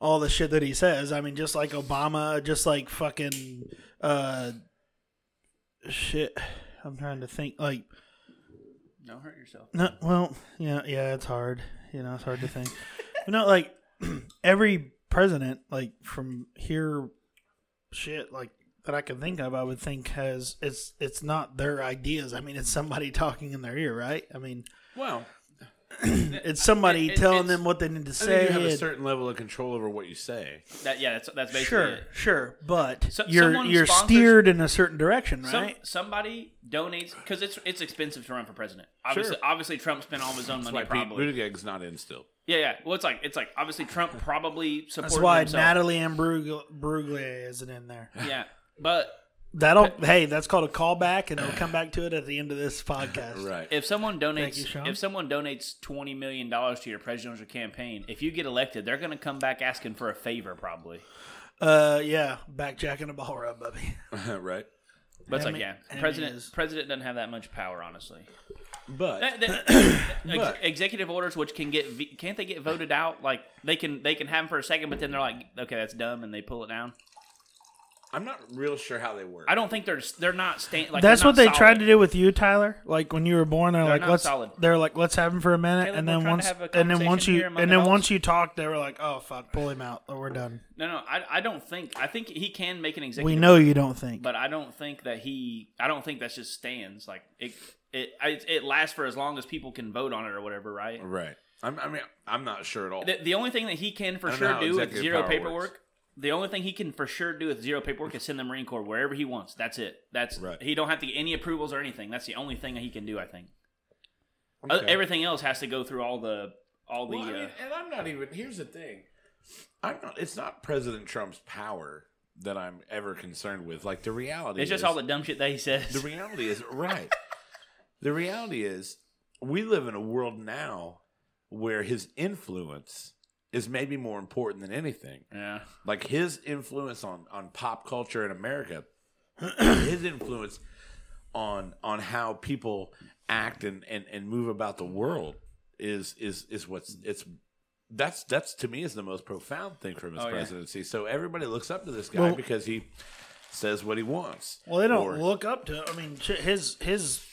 [SPEAKER 2] all the shit that he says. I mean, just like Obama, just like fucking uh, shit. I'm trying to think. Like,
[SPEAKER 1] don't hurt yourself.
[SPEAKER 2] no, well, yeah, yeah, it's hard. You know, it's hard to think. but not like [clears throat] every president, like from here, shit, like that I can think of, I would think has it's it's not their ideas. I mean, it's somebody [laughs] talking in their ear, right? I mean,
[SPEAKER 3] Well,
[SPEAKER 2] it's somebody
[SPEAKER 1] It- it-
[SPEAKER 2] telling
[SPEAKER 1] it's-
[SPEAKER 2] them what they need to
[SPEAKER 3] I think
[SPEAKER 2] say.
[SPEAKER 3] you have a
[SPEAKER 2] and-
[SPEAKER 3] certain level of control over what you say.
[SPEAKER 1] That yeah, that's that's basically
[SPEAKER 2] sure,
[SPEAKER 1] it.
[SPEAKER 2] sure, but
[SPEAKER 1] So-
[SPEAKER 2] you're
[SPEAKER 1] someone
[SPEAKER 2] you're
[SPEAKER 1] sponsors-
[SPEAKER 2] steered in a certain direction,
[SPEAKER 1] Some,
[SPEAKER 2] right?
[SPEAKER 1] Somebody donates because it's it's expensive to run for president. Obviously, obviously Trump spent all of his own
[SPEAKER 3] That's
[SPEAKER 1] money.
[SPEAKER 3] why Pete
[SPEAKER 1] Probably,
[SPEAKER 3] Buttigieg's not in still.
[SPEAKER 1] yeah, yeah. Well, it's like it's like obviously Trump probably supported
[SPEAKER 2] That's why
[SPEAKER 1] himself.
[SPEAKER 2] Natalie Imbruglia Bruglia isn't in there.
[SPEAKER 1] yeah, but
[SPEAKER 2] That'll hey, that's called a callback, and it'll come back to it at the end of this podcast.
[SPEAKER 3] [laughs] Right.
[SPEAKER 1] if someone donates
[SPEAKER 2] you, Sean.
[SPEAKER 1] if someone donates twenty million dollars to your presidential campaign, if you get elected, they're going to come back asking for a favor probably.
[SPEAKER 2] Uh, yeah, backjack and a ball rub, Bubby.
[SPEAKER 3] right.
[SPEAKER 1] But it's
[SPEAKER 2] I
[SPEAKER 1] like
[SPEAKER 2] mean-
[SPEAKER 1] yeah,
[SPEAKER 2] I mean,
[SPEAKER 1] president
[SPEAKER 2] it's-
[SPEAKER 1] president doesn't have that much power honestly.
[SPEAKER 3] But
[SPEAKER 2] [clears throat]
[SPEAKER 1] That- that- ex-
[SPEAKER 3] But-
[SPEAKER 1] executive orders, which can get v- can't they get voted out? Like they can they can have them for a second, but then they're like, okay, that's dumb, and they pull it down.
[SPEAKER 3] I'm not real sure how they work.
[SPEAKER 1] I don't think they're they're not staying. Like,
[SPEAKER 2] That's
[SPEAKER 1] they're not
[SPEAKER 2] what they
[SPEAKER 1] solid.
[SPEAKER 2] tried to do with you, Tyler. Like when you were born, they're, like,
[SPEAKER 1] not
[SPEAKER 2] let's
[SPEAKER 1] solid.
[SPEAKER 2] they're like, let's have him for a minute,
[SPEAKER 1] Caleb,
[SPEAKER 2] and
[SPEAKER 1] we're
[SPEAKER 2] then
[SPEAKER 1] trying to
[SPEAKER 2] once
[SPEAKER 1] have a
[SPEAKER 2] and then once
[SPEAKER 1] conversation
[SPEAKER 2] you
[SPEAKER 1] here
[SPEAKER 2] and
[SPEAKER 1] among
[SPEAKER 2] then
[SPEAKER 1] adults.
[SPEAKER 2] once you talked, they were like, oh fuck, pull him out, or we're done.
[SPEAKER 1] No, no, I, I don't think I think he can make an executive.
[SPEAKER 2] We know you don't think.
[SPEAKER 1] but I don't think that he. I don't think that's just stands. Like it it I, it lasts for as long as people can vote on it or whatever, right?
[SPEAKER 3] Right. I'm, I mean, I'm not sure at all.
[SPEAKER 1] The, the only thing that he can for
[SPEAKER 3] I don't know
[SPEAKER 1] sure
[SPEAKER 3] how
[SPEAKER 1] do with
[SPEAKER 3] executive
[SPEAKER 1] zero
[SPEAKER 3] power
[SPEAKER 1] paperwork.
[SPEAKER 3] works.
[SPEAKER 1] The only thing he can for sure do with zero paperwork is send the Marine Corps wherever he wants. That's it. That's
[SPEAKER 3] Right.
[SPEAKER 1] he don't have to get any approvals or anything. That's the only thing that he can do. I think O-
[SPEAKER 3] Okay.
[SPEAKER 1] uh, everything else has to go through all the all the.
[SPEAKER 3] Well, I
[SPEAKER 1] uh,
[SPEAKER 3] mean, and I'm not even. Here's the thing. I'm not. It's not President Trump's power that I'm ever concerned with. Like the reality.
[SPEAKER 1] it's just
[SPEAKER 3] is-
[SPEAKER 1] all the dumb shit that he says.
[SPEAKER 3] The reality is right. the reality is we live in a world now where his influence is maybe more important than anything.
[SPEAKER 1] [laughs] yeah.
[SPEAKER 3] Like his influence on on pop culture in America, [clears throat] his influence on on how people act and and and move about the world is is is what's it's that's that's to me is the most profound thing from his
[SPEAKER 1] Oh, yeah.
[SPEAKER 3] presidency. So everybody looks up to this guy
[SPEAKER 2] Well-
[SPEAKER 3] because he says what he wants.
[SPEAKER 2] well, they don't
[SPEAKER 3] Or-
[SPEAKER 2] look up to. I mean, shit, his his.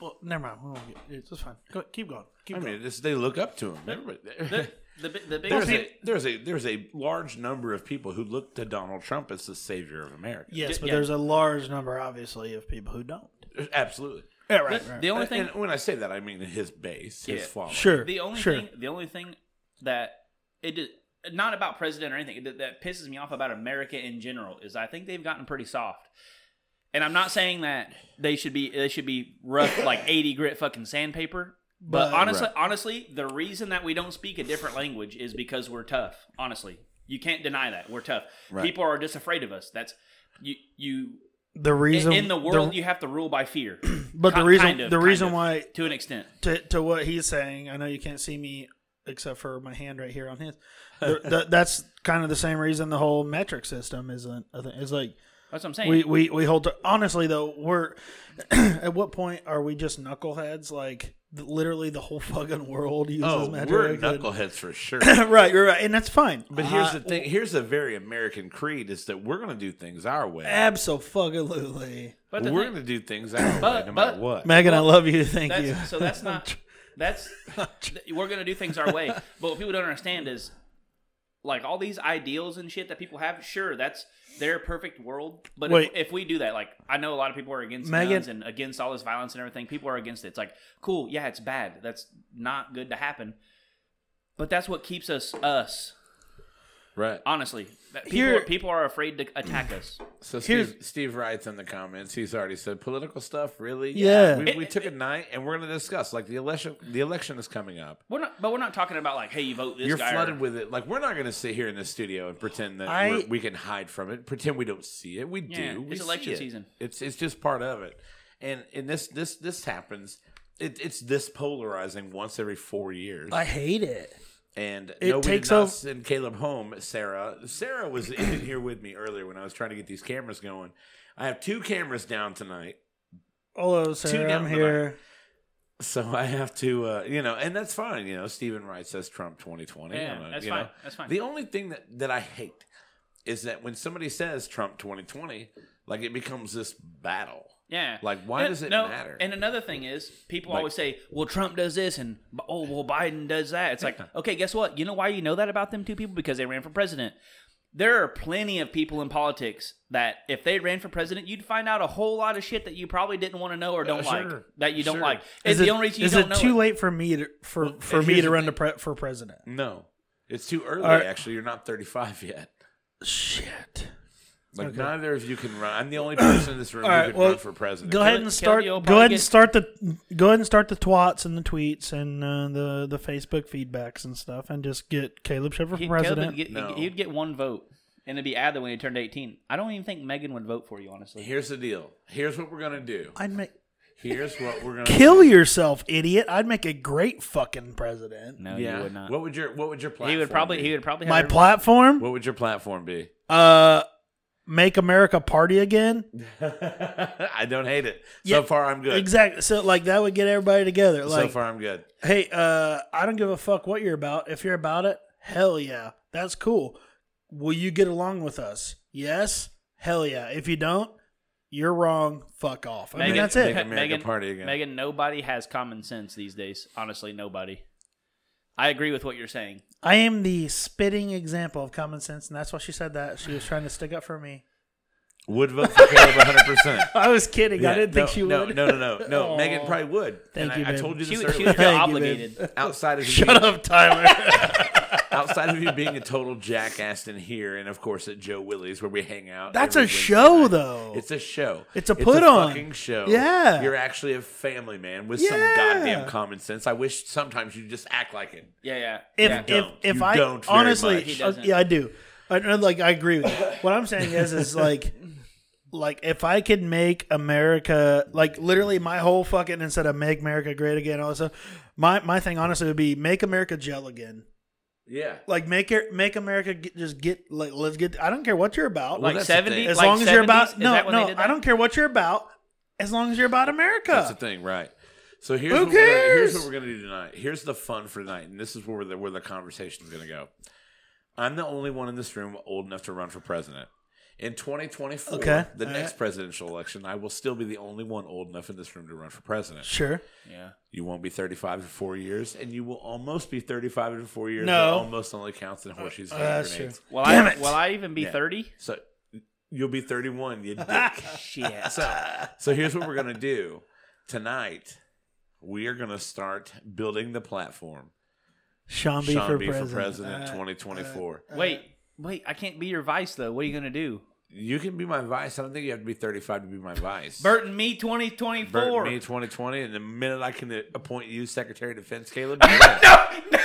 [SPEAKER 2] Well, never mind. We won't get- It's fine. Go, keep going. Keep
[SPEAKER 3] I
[SPEAKER 2] going.
[SPEAKER 3] mean, it's, they look up to him. Everybody, [laughs]
[SPEAKER 1] The the, bi- the biggest
[SPEAKER 3] there's a there's a there's a large number of people who look to Donald Trump as the savior of America.
[SPEAKER 2] yes,
[SPEAKER 1] d-
[SPEAKER 2] but
[SPEAKER 1] yeah.
[SPEAKER 2] there's a large number, obviously, of people who don't.
[SPEAKER 3] Absolutely.
[SPEAKER 2] Yeah, right.
[SPEAKER 1] the,
[SPEAKER 2] right.
[SPEAKER 1] the only thing
[SPEAKER 3] and when I say that, I mean his base, his
[SPEAKER 1] Yeah.
[SPEAKER 3] following.
[SPEAKER 2] sure.
[SPEAKER 1] Oh, the only
[SPEAKER 2] sure.
[SPEAKER 1] thing the only thing that it did, not about president or anything that, that pisses me off about America in general is I think they've gotten pretty soft. And I'm not saying that they should be they should be
[SPEAKER 2] [laughs]
[SPEAKER 1] rough like 80 grit fucking sandpaper. But,
[SPEAKER 2] But-
[SPEAKER 1] honestly,
[SPEAKER 3] Right.
[SPEAKER 1] honestly, the reason that we don't speak a different language is because we're tough. Honestly, you can't deny that we're tough.
[SPEAKER 3] Right.
[SPEAKER 1] People are just afraid of us. That's you. You
[SPEAKER 2] The reason
[SPEAKER 1] in the world you have to rule by fear.
[SPEAKER 2] but the
[SPEAKER 1] Ki-
[SPEAKER 2] reason
[SPEAKER 1] kind of,
[SPEAKER 2] the
[SPEAKER 1] kind
[SPEAKER 2] reason
[SPEAKER 1] of,
[SPEAKER 2] why
[SPEAKER 1] to an extent,
[SPEAKER 2] to to what he's saying. I know you can't see me except for my hand right here on his. [laughs] The, the, that's kind of the same reason the whole metric system isn't. I think is like
[SPEAKER 1] that's what I'm saying.
[SPEAKER 2] we we we hold. To, honestly, though, we're [clears throat] at what point are we just knuckleheads? Like th- literally, the whole fucking world uses
[SPEAKER 3] Oh,
[SPEAKER 2] metric.
[SPEAKER 3] we're
[SPEAKER 2] and-
[SPEAKER 3] knuckleheads [coughs] for
[SPEAKER 2] [laughs]
[SPEAKER 3] sure.
[SPEAKER 2] right, you're right, and that's fine.
[SPEAKER 3] But here's
[SPEAKER 1] Uh,
[SPEAKER 3] the thing. Here's a very American creed: is that we're going to do things our way.
[SPEAKER 2] absolutely,
[SPEAKER 1] but the
[SPEAKER 3] we're
[SPEAKER 1] thing-
[SPEAKER 3] going to do
[SPEAKER 1] [coughs]
[SPEAKER 3] things our
[SPEAKER 1] But-
[SPEAKER 3] way, no matter
[SPEAKER 1] but-
[SPEAKER 3] what.
[SPEAKER 2] Megan. I love you. Thank
[SPEAKER 1] That's,
[SPEAKER 2] you.
[SPEAKER 1] So
[SPEAKER 2] [laughs]
[SPEAKER 1] that's not.
[SPEAKER 3] [laughs]
[SPEAKER 1] That's th- we're gonna do things our way. But what people don't understand is, like all these ideals and shit that people have. Sure, that's their perfect world. But if,
[SPEAKER 2] Wait.
[SPEAKER 1] if we do that, like I know a lot of people are against
[SPEAKER 2] Megan-
[SPEAKER 1] guns and against all this violence and everything. People are against it. It's like cool, yeah, it's bad. That's not good to happen. But that's what keeps us us.
[SPEAKER 3] Right.
[SPEAKER 1] Honestly, That people
[SPEAKER 2] Here-
[SPEAKER 1] people are afraid to attack us.
[SPEAKER 3] So
[SPEAKER 2] Here's-
[SPEAKER 3] Steve, Steve writes in the comments. He's already said political stuff. Really?
[SPEAKER 2] Yeah.
[SPEAKER 3] We, we took a night, and we're going to discuss. Like the election, the election is coming up.
[SPEAKER 1] We're not, but we're not talking about like, hey, you vote this
[SPEAKER 3] You're
[SPEAKER 1] guy. or-
[SPEAKER 3] flooded with it. Like we're not going to sit here in the studio and pretend that
[SPEAKER 2] I-
[SPEAKER 3] we're, we can hide from it. Pretend we don't see it. We
[SPEAKER 1] Yeah,
[SPEAKER 3] do. We
[SPEAKER 1] it's election
[SPEAKER 3] see it.
[SPEAKER 1] season.
[SPEAKER 3] It's it's just part of it. And and this this this happens. It, it's this polarizing once every four years.
[SPEAKER 2] I hate it.
[SPEAKER 3] And
[SPEAKER 2] It
[SPEAKER 3] no, we
[SPEAKER 2] takes
[SPEAKER 3] did not
[SPEAKER 2] ov-
[SPEAKER 3] send Caleb home. Sarah, Sarah was in [coughs] here with me earlier when I was trying to get these cameras going. I have two cameras down tonight,
[SPEAKER 2] Hello, Sarah.
[SPEAKER 3] down
[SPEAKER 2] I'm
[SPEAKER 3] tonight.
[SPEAKER 2] here.
[SPEAKER 3] so I have to, uh, you know, and that's fine. You know, Stephen Wright says Trump twenty twenty.
[SPEAKER 1] Yeah, that's fine. That's fine.
[SPEAKER 3] The only thing that that I hate is that when somebody says Trump twenty twenty, like it becomes this battle.
[SPEAKER 1] Yeah.
[SPEAKER 3] Like, why
[SPEAKER 1] And-
[SPEAKER 3] does it matter?
[SPEAKER 1] And another thing is, people
[SPEAKER 3] Like-
[SPEAKER 1] always say, "Well, Trump does this," and "Oh, well, Biden does that." It's
[SPEAKER 3] [laughs]
[SPEAKER 1] like, okay, guess what? You know why you know that about them two people because they ran for president. There are plenty of people in politics that if they ran for president, you'd find out a whole lot of shit that you probably didn't want to know or don't
[SPEAKER 3] Uh,
[SPEAKER 1] like
[SPEAKER 3] sure.
[SPEAKER 1] that you don't
[SPEAKER 3] Sure.
[SPEAKER 1] like. It's
[SPEAKER 2] it,
[SPEAKER 1] the only reason you
[SPEAKER 2] is
[SPEAKER 1] don't
[SPEAKER 2] it
[SPEAKER 1] know.
[SPEAKER 2] too
[SPEAKER 1] it.
[SPEAKER 2] late for me to for, for me
[SPEAKER 3] here's
[SPEAKER 2] to
[SPEAKER 3] the
[SPEAKER 2] run to
[SPEAKER 3] thing.
[SPEAKER 2] pre- for president?
[SPEAKER 3] No, it's too early.
[SPEAKER 2] All right.
[SPEAKER 3] Actually, you're not thirty five yet.
[SPEAKER 2] Shit.
[SPEAKER 3] Like neither of you can run. I'm the only person in this room
[SPEAKER 2] All right,
[SPEAKER 3] who can
[SPEAKER 2] well,
[SPEAKER 3] run for president.
[SPEAKER 2] Go ahead
[SPEAKER 1] Kelly-
[SPEAKER 2] and start.
[SPEAKER 1] Kelly will
[SPEAKER 2] Go ahead
[SPEAKER 1] probably
[SPEAKER 2] and
[SPEAKER 1] get-
[SPEAKER 2] start the. Go ahead and start the twats and the tweets and uh, the the Facebook feedbacks and stuff, and just get Caleb Shepard for
[SPEAKER 1] He,
[SPEAKER 2] president.
[SPEAKER 1] Caleb would get,
[SPEAKER 3] No.
[SPEAKER 1] He'd get one vote, and it'd be Adler when he turned eighteen. I don't even think Megan would vote for you, honestly.
[SPEAKER 3] Here's the deal. Here's what we're gonna do.
[SPEAKER 2] I'd make
[SPEAKER 3] Here's what we're gonna
[SPEAKER 2] kill yourself, idiot. I'd make a great fucking president.
[SPEAKER 1] No,
[SPEAKER 3] Yeah.
[SPEAKER 1] you would not.
[SPEAKER 3] What would your What would your platform?
[SPEAKER 1] he would probably.
[SPEAKER 3] Be?
[SPEAKER 1] He would probably. Have
[SPEAKER 2] My
[SPEAKER 1] every-
[SPEAKER 2] platform,
[SPEAKER 3] What would your platform be? [laughs]
[SPEAKER 2] uh, make America party again.
[SPEAKER 3] I don't hate it.
[SPEAKER 2] Yeah,
[SPEAKER 3] so far, I'm good.
[SPEAKER 2] Exactly. So like that would get everybody together. Like,
[SPEAKER 3] so far, I'm good.
[SPEAKER 2] hey, uh, I don't give a fuck what you're about. If you're about it, hell yeah, that's cool. Will you get along with us? Yes, hell yeah. If you don't, you're wrong. Fuck off. I mean,
[SPEAKER 1] Megan-
[SPEAKER 2] that's
[SPEAKER 3] Make
[SPEAKER 2] it.
[SPEAKER 3] America party again.
[SPEAKER 1] Megan, nobody has common sense these days. Honestly, nobody. I agree with what you're saying.
[SPEAKER 2] I am the spitting example of common sense, and that's why she said that. She was trying to stick up for me.
[SPEAKER 3] Would vote for Caleb 100. percent
[SPEAKER 2] I was kidding. I
[SPEAKER 3] Yeah,
[SPEAKER 2] didn't
[SPEAKER 3] no,
[SPEAKER 2] think she
[SPEAKER 3] no,
[SPEAKER 2] would.
[SPEAKER 3] No, no, no, no. Megan probably would.
[SPEAKER 2] Thank
[SPEAKER 3] and
[SPEAKER 2] you,
[SPEAKER 3] I, I
[SPEAKER 2] babe.
[SPEAKER 3] told you
[SPEAKER 1] She,
[SPEAKER 3] this
[SPEAKER 1] would- she
[SPEAKER 3] earlier.
[SPEAKER 1] would
[SPEAKER 2] [laughs]
[SPEAKER 1] feel
[SPEAKER 2] Thank you,
[SPEAKER 1] obligated.
[SPEAKER 3] outside of you
[SPEAKER 2] [laughs] Shut
[SPEAKER 3] being-
[SPEAKER 2] up, Tyler.
[SPEAKER 3] outside of you being a total jackass in here, and of course at Joe Willie's where we hang out.
[SPEAKER 2] That's
[SPEAKER 3] every
[SPEAKER 2] a
[SPEAKER 3] Wednesday
[SPEAKER 2] show,
[SPEAKER 3] night.
[SPEAKER 2] though.
[SPEAKER 3] It's a show.
[SPEAKER 2] It's a put-on.
[SPEAKER 3] fucking show.
[SPEAKER 2] Yeah.
[SPEAKER 3] you're actually a family man with some
[SPEAKER 2] Yeah.
[SPEAKER 3] goddamn common sense. I wish sometimes you just act like it.
[SPEAKER 1] Yeah, yeah.
[SPEAKER 2] if
[SPEAKER 1] yeah.
[SPEAKER 2] if
[SPEAKER 3] don't.
[SPEAKER 2] if
[SPEAKER 3] You
[SPEAKER 2] I
[SPEAKER 3] don't very
[SPEAKER 2] honestly, uh,
[SPEAKER 3] much.
[SPEAKER 1] He doesn't.
[SPEAKER 2] yeah, I do. I I- like I agree with you. What I'm saying
[SPEAKER 1] [laughs]
[SPEAKER 2] is, is like, like if I could make America like literally my whole fucking instead of make America great again, all this stuff. My my thing honestly would be make America gel again.
[SPEAKER 3] Yeah.
[SPEAKER 2] Like make it make America get, just get like let's get. I don't care what you're about.
[SPEAKER 3] Well,
[SPEAKER 1] like
[SPEAKER 3] that's the thing.
[SPEAKER 1] seventy,
[SPEAKER 2] as
[SPEAKER 1] like
[SPEAKER 2] long as you're
[SPEAKER 1] 70s?
[SPEAKER 2] about
[SPEAKER 1] Is
[SPEAKER 2] no
[SPEAKER 1] that when they
[SPEAKER 2] no,
[SPEAKER 1] did that?
[SPEAKER 2] I don't care what you're about. As long as you're about America.
[SPEAKER 3] That's the thing, right? So here's
[SPEAKER 2] Who
[SPEAKER 3] what we're gonna, here's
[SPEAKER 2] cares?
[SPEAKER 3] what we're gonna do tonight. Here's the fun for tonight, and this is where the where the conversation's gonna go. I'm the only one in this room old enough to run for president. In 2024,
[SPEAKER 2] Okay.
[SPEAKER 3] the
[SPEAKER 2] All
[SPEAKER 3] next
[SPEAKER 2] right.
[SPEAKER 3] presidential election, I will still be the only one old enough in this room to run for president.
[SPEAKER 2] Sure.
[SPEAKER 1] Yeah.
[SPEAKER 3] You won't be 35 in four years, and you will almost be 35 in four years.
[SPEAKER 2] No.
[SPEAKER 3] That almost only counts in horseshoes and
[SPEAKER 2] Uh, that's
[SPEAKER 3] grenades.
[SPEAKER 2] true.
[SPEAKER 1] Will
[SPEAKER 2] Damn
[SPEAKER 1] I?
[SPEAKER 2] it.
[SPEAKER 1] Will I even be
[SPEAKER 3] Yeah.
[SPEAKER 1] thirty?
[SPEAKER 3] So you'll be 31,
[SPEAKER 2] [laughs]
[SPEAKER 3] you dick.
[SPEAKER 1] Shit. [laughs]
[SPEAKER 3] So, so here's what we're gonna do tonight. We are gonna start building the platform.
[SPEAKER 2] Sean B
[SPEAKER 3] Sean
[SPEAKER 2] for
[SPEAKER 3] B
[SPEAKER 2] president.
[SPEAKER 3] for president,
[SPEAKER 2] Uh,
[SPEAKER 3] 2024.
[SPEAKER 1] wait, wait. I can't be your vice though. What are you gonna do?
[SPEAKER 3] you can be my vice. I don't think you have to be 35 to be my vice.
[SPEAKER 1] Burton me twenty twenty
[SPEAKER 3] Bert,
[SPEAKER 1] four.
[SPEAKER 3] me
[SPEAKER 1] [laughs]
[SPEAKER 3] 2020, and the minute I can appoint you Secretary of Defense, Caleb. you're in.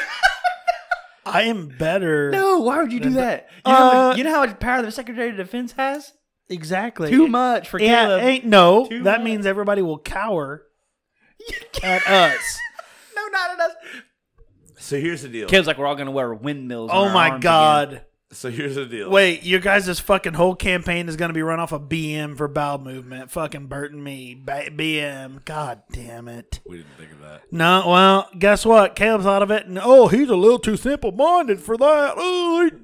[SPEAKER 2] I am better.
[SPEAKER 1] No, why would you do that? You know, how
[SPEAKER 2] Uh,
[SPEAKER 1] much- you know how much power the Secretary of Defense has? [laughs]
[SPEAKER 2] Exactly.
[SPEAKER 1] Too much for
[SPEAKER 2] Yeah,
[SPEAKER 1] Caleb.
[SPEAKER 2] ain't no.
[SPEAKER 1] Too
[SPEAKER 2] that
[SPEAKER 1] much.
[SPEAKER 2] means everybody will cower at
[SPEAKER 1] [laughs]
[SPEAKER 2] us.
[SPEAKER 1] No, not enough.
[SPEAKER 3] So here's the deal.
[SPEAKER 1] Caleb's like, we're all gonna wear windmills. on
[SPEAKER 2] Oh
[SPEAKER 1] our
[SPEAKER 2] my
[SPEAKER 1] arms
[SPEAKER 2] god.
[SPEAKER 1] again."
[SPEAKER 3] So here's the deal.
[SPEAKER 2] Wait, you guys, this fucking whole campaign is going to be run off a BM for bowel movement. Fucking Bert and me. Ba- BM. God damn it.
[SPEAKER 3] We didn't think of that.
[SPEAKER 2] No, well, guess what? Caleb thought of it, and oh, he's a little too simple minded for that. Oh, he's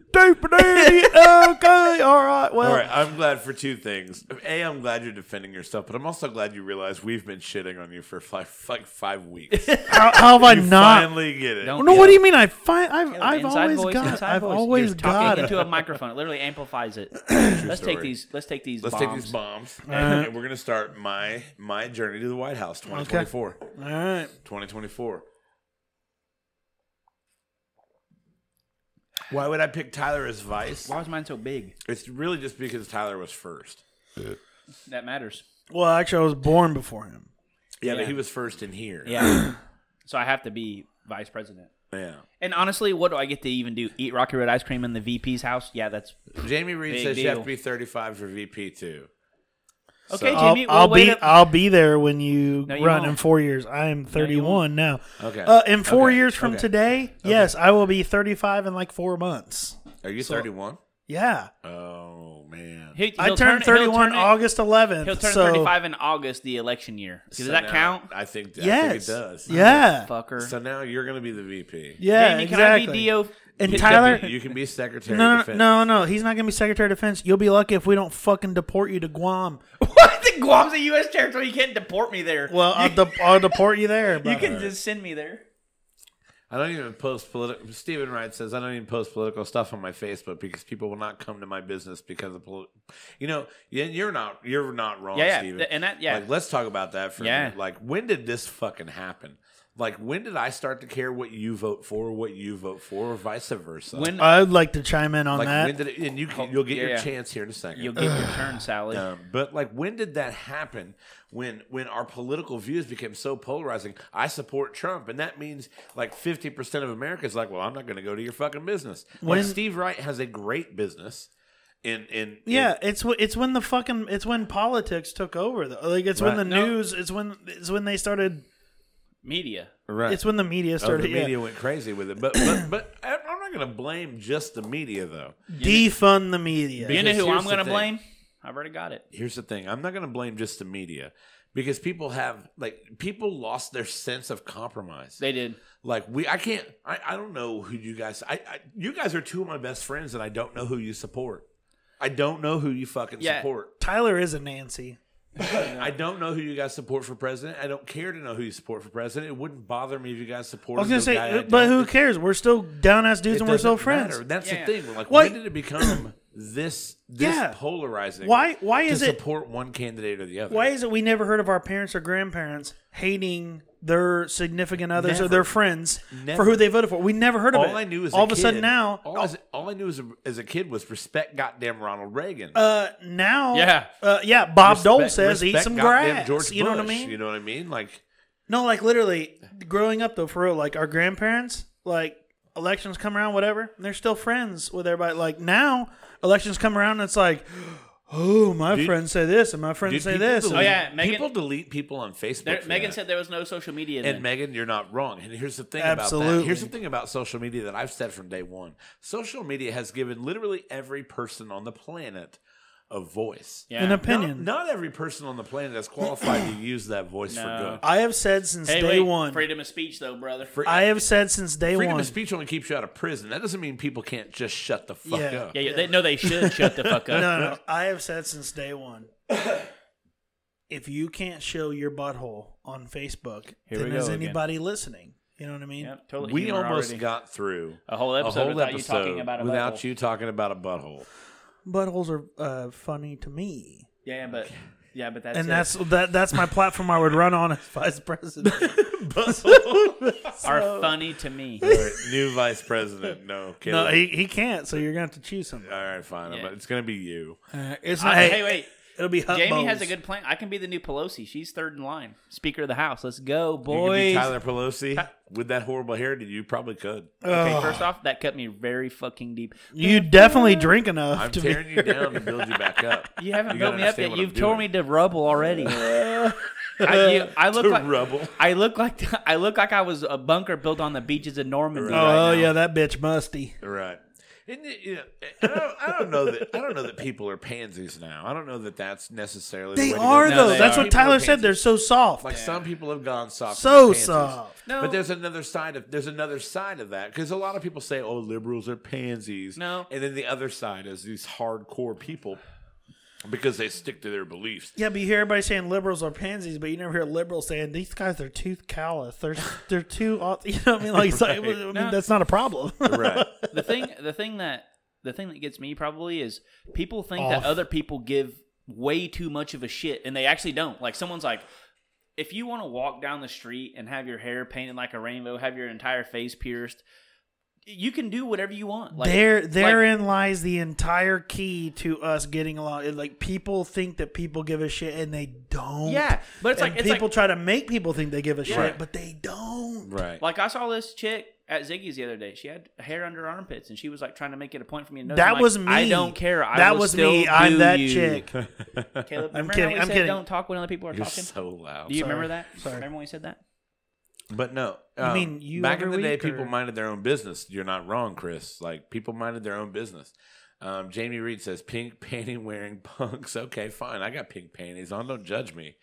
[SPEAKER 1] [laughs]
[SPEAKER 2] stupid idiot. Okay, all right. Well,
[SPEAKER 3] All right, I'm glad for two things. A, I'm glad you're defending yourself, but I'm also glad you realize we've been shitting on you for like like
[SPEAKER 2] [laughs]
[SPEAKER 3] five weeks. you
[SPEAKER 2] how, how have I not?
[SPEAKER 3] finally get it.
[SPEAKER 1] Don't
[SPEAKER 2] no, what
[SPEAKER 1] Yeah.
[SPEAKER 2] do you mean? I find I've
[SPEAKER 1] Caleb,
[SPEAKER 2] I've
[SPEAKER 1] inside
[SPEAKER 2] always
[SPEAKER 1] voice,
[SPEAKER 2] got
[SPEAKER 1] inside
[SPEAKER 2] I've
[SPEAKER 1] voice.
[SPEAKER 2] always
[SPEAKER 1] You're talking
[SPEAKER 2] got
[SPEAKER 1] into
[SPEAKER 2] it.
[SPEAKER 1] a microphone. It literally amplifies [clears throat] it. let's take
[SPEAKER 3] story.
[SPEAKER 1] these. Let's take these.
[SPEAKER 3] Let's
[SPEAKER 1] bombs.
[SPEAKER 3] take these bombs,
[SPEAKER 1] [laughs]
[SPEAKER 3] and
[SPEAKER 1] Uh-huh.
[SPEAKER 3] and we're gonna start my my journey to the White House 2024.
[SPEAKER 2] All right.
[SPEAKER 3] 2024. Why would I pick Tyler as vice?
[SPEAKER 1] Why was mine so big?
[SPEAKER 3] It's really just because Tyler was first.
[SPEAKER 1] That matters.
[SPEAKER 2] Well, actually, I was born before him.
[SPEAKER 3] Yeah, but
[SPEAKER 1] Yeah.
[SPEAKER 3] he was first in here.
[SPEAKER 1] Yeah. so I have to be vice president.
[SPEAKER 3] yeah.
[SPEAKER 1] And honestly, what do I get to even do? Eat Rocky Road ice cream in the VP's house? Yeah, that's
[SPEAKER 3] Jamie Reed
[SPEAKER 1] Big
[SPEAKER 3] says you have
[SPEAKER 1] deal.
[SPEAKER 3] to be 35 for VP too.
[SPEAKER 1] Okay,
[SPEAKER 3] So-
[SPEAKER 2] I'll,
[SPEAKER 1] Jimmy, we'll
[SPEAKER 2] I'll
[SPEAKER 1] wait
[SPEAKER 2] be
[SPEAKER 1] up-
[SPEAKER 2] I'll be there when you
[SPEAKER 1] No, you
[SPEAKER 2] run
[SPEAKER 1] won't.
[SPEAKER 2] in four years. I am 31 now.
[SPEAKER 3] Okay.
[SPEAKER 2] Uh, in four
[SPEAKER 3] Okay.
[SPEAKER 2] years from
[SPEAKER 3] Okay.
[SPEAKER 2] today, yes, I will be 35 in like four months.
[SPEAKER 3] Are you 31?
[SPEAKER 2] Yeah,
[SPEAKER 3] Oh man.
[SPEAKER 1] He-
[SPEAKER 2] I
[SPEAKER 1] he'll
[SPEAKER 2] turned
[SPEAKER 1] turn- he'll
[SPEAKER 2] 31
[SPEAKER 1] turn it-
[SPEAKER 2] August 11th.
[SPEAKER 1] He'll turn
[SPEAKER 2] so
[SPEAKER 1] 35 in August, the election year. Does
[SPEAKER 3] So
[SPEAKER 1] that
[SPEAKER 3] now-
[SPEAKER 1] count?
[SPEAKER 3] I think, I
[SPEAKER 2] Yes,
[SPEAKER 3] think it does.
[SPEAKER 2] Yeah,
[SPEAKER 1] Fucker.
[SPEAKER 3] So now you're going to be the VP.
[SPEAKER 2] yeah,
[SPEAKER 1] Jamie, can
[SPEAKER 2] exactly.
[SPEAKER 1] I be DO?
[SPEAKER 2] And
[SPEAKER 1] Yeah,
[SPEAKER 2] Tyler-
[SPEAKER 1] yeah,
[SPEAKER 3] You can be Secretary
[SPEAKER 2] no,
[SPEAKER 3] of
[SPEAKER 2] no,
[SPEAKER 3] Defense.
[SPEAKER 2] no, no, he's not gonna be Secretary of Defense. You'll be lucky if we don't fucking deport you to Guam.
[SPEAKER 1] [laughs] What? The Guam's a U.S. territory. You can't deport me there.
[SPEAKER 2] Well, I'll, de- I'll deport you
[SPEAKER 1] [laughs]
[SPEAKER 2] there.
[SPEAKER 1] you
[SPEAKER 2] brother.
[SPEAKER 1] can just send me there.
[SPEAKER 3] I don't even post political. Stephen Wright says I don't even post political stuff on my Facebook because people will not come to my business because of political. You know, yeah, you're not you're not wrong,
[SPEAKER 1] Yeah, yeah,
[SPEAKER 3] Stephen.
[SPEAKER 1] th- and that- yeah.
[SPEAKER 3] Like, let's talk about that for a
[SPEAKER 1] Yeah.
[SPEAKER 3] minute. Like, when did this fucking happen? Like, when did I start to care what you vote for, what you vote for, or vice versa?
[SPEAKER 1] When Oh,
[SPEAKER 2] I'd like to chime in on
[SPEAKER 3] like
[SPEAKER 2] that.
[SPEAKER 3] when did it? And you can, you'll get
[SPEAKER 1] yeah,
[SPEAKER 3] your
[SPEAKER 1] yeah.
[SPEAKER 3] chance here in a second.
[SPEAKER 1] you'll get your turn, Sally.
[SPEAKER 3] Um, but like, when did that happen? When when our political views became so polarizing? I support Trump, and that means like fifty percent of America is like, well, I'm not going to go to your fucking business.
[SPEAKER 2] When-
[SPEAKER 3] like Steve Wright has a great business. In in
[SPEAKER 2] Yeah, it's wh- it's when the fucking it's when politics took over. Though. Like it's when
[SPEAKER 3] Right.
[SPEAKER 2] the
[SPEAKER 1] No.
[SPEAKER 2] news it's when it's when they started
[SPEAKER 1] Media.
[SPEAKER 3] in- right.
[SPEAKER 2] it's when the media
[SPEAKER 3] Oh,
[SPEAKER 2] started
[SPEAKER 3] the media
[SPEAKER 2] yeah.
[SPEAKER 3] went crazy with it, but but, but I- I'm not going to blame just the media though.
[SPEAKER 2] defund the media.
[SPEAKER 1] You know
[SPEAKER 3] Because
[SPEAKER 1] who
[SPEAKER 3] here's
[SPEAKER 1] I'm
[SPEAKER 3] the
[SPEAKER 1] going to
[SPEAKER 3] thing.
[SPEAKER 1] blame? I've already got it.
[SPEAKER 3] here's the thing i'm not going to blame just the media because people have like people lost their sense of compromise
[SPEAKER 1] They did.
[SPEAKER 3] like we i can't i, I don't know who you guys I, I you guys are two of my best friends and i don't know who you support i don't know who you fucking
[SPEAKER 1] Yeah.
[SPEAKER 3] support
[SPEAKER 2] Tyler is a Nancy.
[SPEAKER 3] i don't know who you guys support for president i don't care to know who you support for president it wouldn't bother me if you guys
[SPEAKER 2] I
[SPEAKER 3] support
[SPEAKER 2] was gonna say, uh, but who cares? We're still down ass dudes, and we're still friends.
[SPEAKER 3] that's
[SPEAKER 1] Yeah.
[SPEAKER 3] the thing like
[SPEAKER 2] Why-
[SPEAKER 3] when did
[SPEAKER 2] [clears throat]
[SPEAKER 3] it become this this
[SPEAKER 2] Yeah.
[SPEAKER 3] polarizing
[SPEAKER 2] Why? Why
[SPEAKER 3] to
[SPEAKER 2] is it?
[SPEAKER 3] support one candidate or the other
[SPEAKER 2] Why is it we never heard of our parents or grandparents hating their significant others or
[SPEAKER 3] Never.
[SPEAKER 2] their friends
[SPEAKER 3] Never.
[SPEAKER 2] for who they voted for? We never heard of it.
[SPEAKER 3] all I knew is
[SPEAKER 2] all of a sudden now.
[SPEAKER 3] All, as, all I knew as a, as a kid was respect, goddamn Ronald Reagan.
[SPEAKER 2] Uh, now,
[SPEAKER 1] Yeah.
[SPEAKER 2] uh, yeah. Bob Dole
[SPEAKER 3] Respect-
[SPEAKER 2] says eat
[SPEAKER 3] respect
[SPEAKER 2] some
[SPEAKER 3] goddamn
[SPEAKER 2] grass.
[SPEAKER 3] George
[SPEAKER 2] you know what I
[SPEAKER 3] Bush,
[SPEAKER 2] mean?
[SPEAKER 3] You know what I mean? Like,
[SPEAKER 2] No, like literally growing up though, for real, like our grandparents, like elections come around, whatever, and they're still friends with everybody. Like now, elections come around, and it's like, oh, my
[SPEAKER 3] Dude-
[SPEAKER 2] friends say this, and my friends
[SPEAKER 3] dude,
[SPEAKER 2] say
[SPEAKER 3] people
[SPEAKER 2] this.
[SPEAKER 3] delete-
[SPEAKER 1] Oh, yeah, Megan-
[SPEAKER 3] people delete people on Facebook.
[SPEAKER 1] There,
[SPEAKER 3] for
[SPEAKER 1] Megan
[SPEAKER 3] that.
[SPEAKER 1] said there was no social media.
[SPEAKER 3] And
[SPEAKER 1] then.
[SPEAKER 3] Megan, you're not wrong. And here's the thing about
[SPEAKER 2] Absolutely.
[SPEAKER 3] that. Here's the thing about social media that I've said from day one. Social media has given literally every person on the planet a voice.
[SPEAKER 1] yeah.
[SPEAKER 2] An opinion.
[SPEAKER 3] Not, not every person on the planet is qualified
[SPEAKER 2] [clears throat]
[SPEAKER 3] to use that voice
[SPEAKER 1] No.
[SPEAKER 3] for good.
[SPEAKER 2] I have said since
[SPEAKER 1] Hey,
[SPEAKER 2] day
[SPEAKER 1] wait.
[SPEAKER 2] one.
[SPEAKER 1] Freedom of speach, though, brother.
[SPEAKER 2] I have said since day
[SPEAKER 3] Freedom
[SPEAKER 2] one.
[SPEAKER 3] of speech only keeps you out of prison. That doesn't mean people can't just shut the fuck
[SPEAKER 2] Yeah.
[SPEAKER 3] up.
[SPEAKER 1] yeah, yeah, They, no, they should shut the fuck up.
[SPEAKER 2] [laughs] No, no, I have said since day one. if you can't show your butthole on Facebook,
[SPEAKER 1] Here we
[SPEAKER 2] then is
[SPEAKER 1] go again.
[SPEAKER 2] anybody listening? You know what I mean?
[SPEAKER 1] Yep, totally
[SPEAKER 3] we
[SPEAKER 1] humor
[SPEAKER 3] almost
[SPEAKER 1] already.
[SPEAKER 3] got through
[SPEAKER 1] a whole episode without you talking about a
[SPEAKER 3] without
[SPEAKER 1] butthole.
[SPEAKER 3] you talking about a butthole.
[SPEAKER 2] Buttholes are uh, funny to me.
[SPEAKER 1] Yeah, but yeah, but that's
[SPEAKER 2] and
[SPEAKER 1] it.
[SPEAKER 2] that's that that's my platform I would run on as vice president.
[SPEAKER 1] are funny to
[SPEAKER 2] [laughs]
[SPEAKER 1] me.
[SPEAKER 3] All right, new vice president. No,
[SPEAKER 2] no,
[SPEAKER 3] Caleb.
[SPEAKER 2] he, he can't. So you're gonna have to choose something.
[SPEAKER 3] All right, fine.
[SPEAKER 1] Yeah.
[SPEAKER 3] But it's gonna be you.
[SPEAKER 2] Uh, it's
[SPEAKER 1] I-
[SPEAKER 2] not.
[SPEAKER 1] Uh, hey, wait.
[SPEAKER 2] it'll be
[SPEAKER 1] Jamie has a good plan. I can be the new Pelosi. She's third in line, Speaker of the House. Let's go,
[SPEAKER 3] You could
[SPEAKER 1] boys.
[SPEAKER 3] be Tyler Pelosi with that horrible hair. Did you probably could?
[SPEAKER 1] okay, first off, that cut me very fucking deep.
[SPEAKER 2] You definitely drink enough
[SPEAKER 3] I'm
[SPEAKER 2] to
[SPEAKER 3] tearing
[SPEAKER 2] be.
[SPEAKER 3] you down to build you back up.
[SPEAKER 1] You haven't
[SPEAKER 3] You
[SPEAKER 1] built
[SPEAKER 3] gotta
[SPEAKER 1] me up
[SPEAKER 3] understand
[SPEAKER 1] yet.
[SPEAKER 3] what I'm
[SPEAKER 1] You've torn me
[SPEAKER 3] doing.
[SPEAKER 1] to rubble
[SPEAKER 2] [laughs]
[SPEAKER 1] already. I, you- I look
[SPEAKER 3] [laughs] To
[SPEAKER 1] like
[SPEAKER 3] rubble.
[SPEAKER 1] I look like [laughs] I look like I was a bunker built on the beaches of Normandy.
[SPEAKER 3] Right
[SPEAKER 2] oh
[SPEAKER 3] now.
[SPEAKER 2] yeah, that bitch musty.
[SPEAKER 3] Right. And, y- you know, I, don't, I don't know that I don't know that people are pansies now. I don't know that that's necessarily the
[SPEAKER 2] They
[SPEAKER 3] way to go.
[SPEAKER 2] are
[SPEAKER 1] No,
[SPEAKER 2] though.
[SPEAKER 1] they
[SPEAKER 2] that's
[SPEAKER 1] are.
[SPEAKER 2] what
[SPEAKER 3] People are
[SPEAKER 2] Tyler said.
[SPEAKER 3] pansies.
[SPEAKER 2] They're so soft.
[SPEAKER 3] Like some people have gone soft, with
[SPEAKER 2] So
[SPEAKER 3] their pansies.
[SPEAKER 2] soft.
[SPEAKER 1] No.
[SPEAKER 3] But there's another side of there's another side of that because a lot of people say, "Oh, liberals are pansies."
[SPEAKER 1] No.
[SPEAKER 3] and then the other side is these hardcore people because they stick to their beliefs.
[SPEAKER 2] yeah, but you hear everybody saying liberals are pansies, but you never hear liberals saying these guys are too callous. They're they're too. au- [laughs] You know what I mean? Like, it's like, I mean,
[SPEAKER 1] No.
[SPEAKER 2] that's not a problem. [laughs]
[SPEAKER 3] Right.
[SPEAKER 1] the thing the thing that the thing that gets me probably is people think
[SPEAKER 2] Off.
[SPEAKER 1] that other people give way too much of a shit and they actually don't like someone's like if you want to walk down the street and have your hair painted like a rainbow have your entire face pierced you can do whatever you want like
[SPEAKER 2] there, therein lies the entire key to us getting along. It- Like people think that people give a shit, and they don't.
[SPEAKER 1] Yeah, but it's
[SPEAKER 2] And
[SPEAKER 1] like- it's
[SPEAKER 2] people
[SPEAKER 1] like-
[SPEAKER 2] try to make people think they give a shit,
[SPEAKER 1] Right.
[SPEAKER 2] but they don't.
[SPEAKER 3] Right.
[SPEAKER 1] like i saw this chick at Ziggy's the other day. She had hair under her armpits, and she was like trying to make it a point for me. To notice.
[SPEAKER 2] That
[SPEAKER 1] I'm like,
[SPEAKER 2] was me.
[SPEAKER 1] I don't care. I
[SPEAKER 2] that
[SPEAKER 1] will
[SPEAKER 2] was
[SPEAKER 1] still
[SPEAKER 2] me. I'm
[SPEAKER 1] do
[SPEAKER 2] that
[SPEAKER 1] you.
[SPEAKER 2] chick.
[SPEAKER 1] Caleb,
[SPEAKER 2] I'm
[SPEAKER 1] remember
[SPEAKER 2] kidding,
[SPEAKER 1] how we
[SPEAKER 2] I'm
[SPEAKER 1] said
[SPEAKER 2] kidding.
[SPEAKER 1] Don't talk when other people are
[SPEAKER 3] You're
[SPEAKER 1] talking.
[SPEAKER 3] so loud.
[SPEAKER 1] do you
[SPEAKER 2] Sorry.
[SPEAKER 1] remember that?
[SPEAKER 2] Sorry.
[SPEAKER 1] Remember when we said that?
[SPEAKER 3] But no, um,
[SPEAKER 2] I mean, you
[SPEAKER 3] back in
[SPEAKER 2] every
[SPEAKER 3] the day,
[SPEAKER 2] week,
[SPEAKER 3] people
[SPEAKER 2] or-
[SPEAKER 3] minded their own business. You're not wrong, Chris. Like people minded their own business. Um, Jamie Reed says, "Pink panty wearing punks." [laughs] Okay, fine. I got pink panties on. Don't judge me.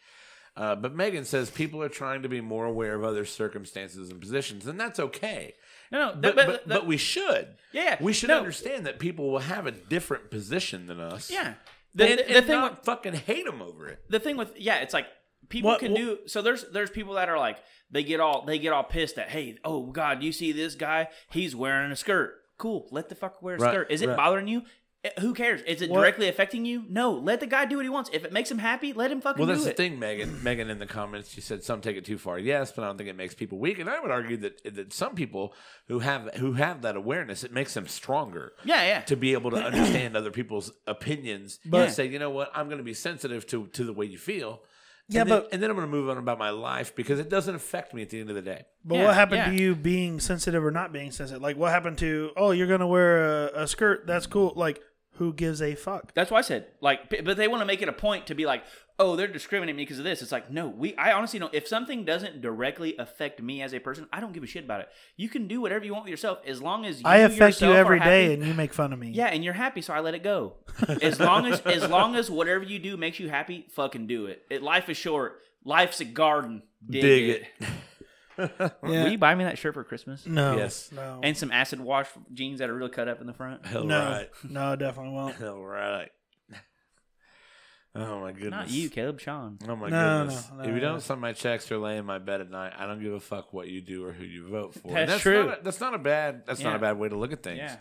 [SPEAKER 3] Uh, but Megan says people are trying to be more aware of other circumstances and positions, and that's okay.
[SPEAKER 1] No, no.
[SPEAKER 3] But,
[SPEAKER 1] that- that-
[SPEAKER 3] but, but, we should.
[SPEAKER 1] Yeah,
[SPEAKER 3] we should
[SPEAKER 1] no.
[SPEAKER 3] understand that people will have a different position than us.
[SPEAKER 1] yeah. The,
[SPEAKER 3] the, and,
[SPEAKER 1] the- the
[SPEAKER 3] and
[SPEAKER 1] thing.
[SPEAKER 3] not fucking hate them over it.
[SPEAKER 1] the thing with yeah, it's like people
[SPEAKER 2] What-
[SPEAKER 1] can
[SPEAKER 2] what-
[SPEAKER 1] do so there's there's people that are like they get all they get all pissed at hey oh god you see this guy he's wearing a skirt cool let the fucker wear a
[SPEAKER 3] Right,
[SPEAKER 1] skirt is it
[SPEAKER 3] right.
[SPEAKER 1] bothering you Eh, who cares is it
[SPEAKER 2] What-
[SPEAKER 1] directly affecting you no let the guy do what he wants if it makes him happy let him fucking
[SPEAKER 3] Well,
[SPEAKER 1] do
[SPEAKER 3] that's the
[SPEAKER 1] it
[SPEAKER 3] thing, Megan. Megan, in the comments, she said some take it too far. Yes, but I don't think it makes people weak. And I would argue that that some people who have who have that awareness, it makes them stronger
[SPEAKER 1] yeah yeah
[SPEAKER 3] to be able to understand other people's
[SPEAKER 1] [clears throat]
[SPEAKER 3] opinions. But
[SPEAKER 1] But-
[SPEAKER 3] and say, you know what, I'm going to be sensitive to to the way you feel.
[SPEAKER 2] Yeah,
[SPEAKER 3] and then,
[SPEAKER 2] but-
[SPEAKER 3] and then I'm going to move on about my life because it doesn't affect me at the end of the day.
[SPEAKER 2] But
[SPEAKER 1] Yeah,
[SPEAKER 2] what happened
[SPEAKER 1] yeah.
[SPEAKER 2] to you being sensitive or not being sensitive? Like, what happened to, oh, you're going to wear a, a skirt? That's cool. Like, who gives a fuck?
[SPEAKER 1] That's why I said like, p- but they want to make it a point to be like, oh, they're discriminating me because of this. It's like, no, we. I honestly know if something doesn't directly affect me as a person, I don't give a shit about it. You can do whatever you want with yourself as long as you
[SPEAKER 2] I affect you
[SPEAKER 1] yourself are
[SPEAKER 2] every
[SPEAKER 1] happy.
[SPEAKER 2] day and you make fun of me.
[SPEAKER 1] Yeah, and you're happy, so I let it go. As long as as long as whatever you do makes you happy, fucking do it. it life is short. Life's a garden. Dig, it.
[SPEAKER 2] Yeah.
[SPEAKER 1] Will you buy me that shirt for Christmas?
[SPEAKER 2] no.
[SPEAKER 3] Yes.
[SPEAKER 2] No.
[SPEAKER 1] And some acid wash jeans that are really cut up in the front.
[SPEAKER 3] [laughs] All
[SPEAKER 2] no.
[SPEAKER 3] right.
[SPEAKER 2] No, I definitely won't.
[SPEAKER 3] All right. [laughs] Oh my goodness.
[SPEAKER 1] Not you, Caleb Sean.
[SPEAKER 3] Oh my
[SPEAKER 2] No,
[SPEAKER 3] goodness!
[SPEAKER 2] no, no,
[SPEAKER 3] if you
[SPEAKER 2] no.
[SPEAKER 3] don't sign my checks or lay in my bed at night, I don't give a fuck what you do or who you vote for.
[SPEAKER 1] That's
[SPEAKER 3] And
[SPEAKER 1] true.
[SPEAKER 3] Not a, that's not a bad. That's not
[SPEAKER 1] Yeah.
[SPEAKER 3] a bad way to look at things.
[SPEAKER 1] Yeah.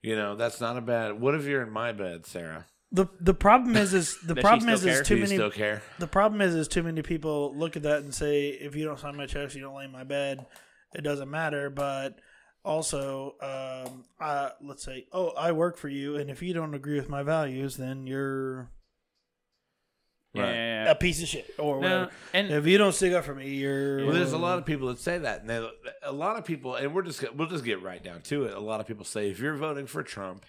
[SPEAKER 3] You know, that's not a bad. What if you're in my bed, Sarah?
[SPEAKER 2] The, the problem is, is the
[SPEAKER 3] [laughs]
[SPEAKER 1] Does she still
[SPEAKER 2] problem is,
[SPEAKER 1] care?
[SPEAKER 2] is
[SPEAKER 3] Do
[SPEAKER 2] too
[SPEAKER 3] you
[SPEAKER 2] many
[SPEAKER 3] still care?
[SPEAKER 2] The problem is, is too many people look at that and say, if you don't sign my checks, you don't lay in my bed. It doesn't matter. But also, um, uh, let's say, oh, I work for you, and if you don't agree with my values, then you're
[SPEAKER 1] Yeah,
[SPEAKER 3] Right.
[SPEAKER 1] yeah, yeah.
[SPEAKER 2] a piece of shit or whatever.
[SPEAKER 1] No, and
[SPEAKER 2] If you don't stick up for me, you're.
[SPEAKER 3] Well, there's a lot of people that say that, and they, a lot of people, and we're just gonna- we'll just get right down to it. A lot of people say if you're voting for Trump,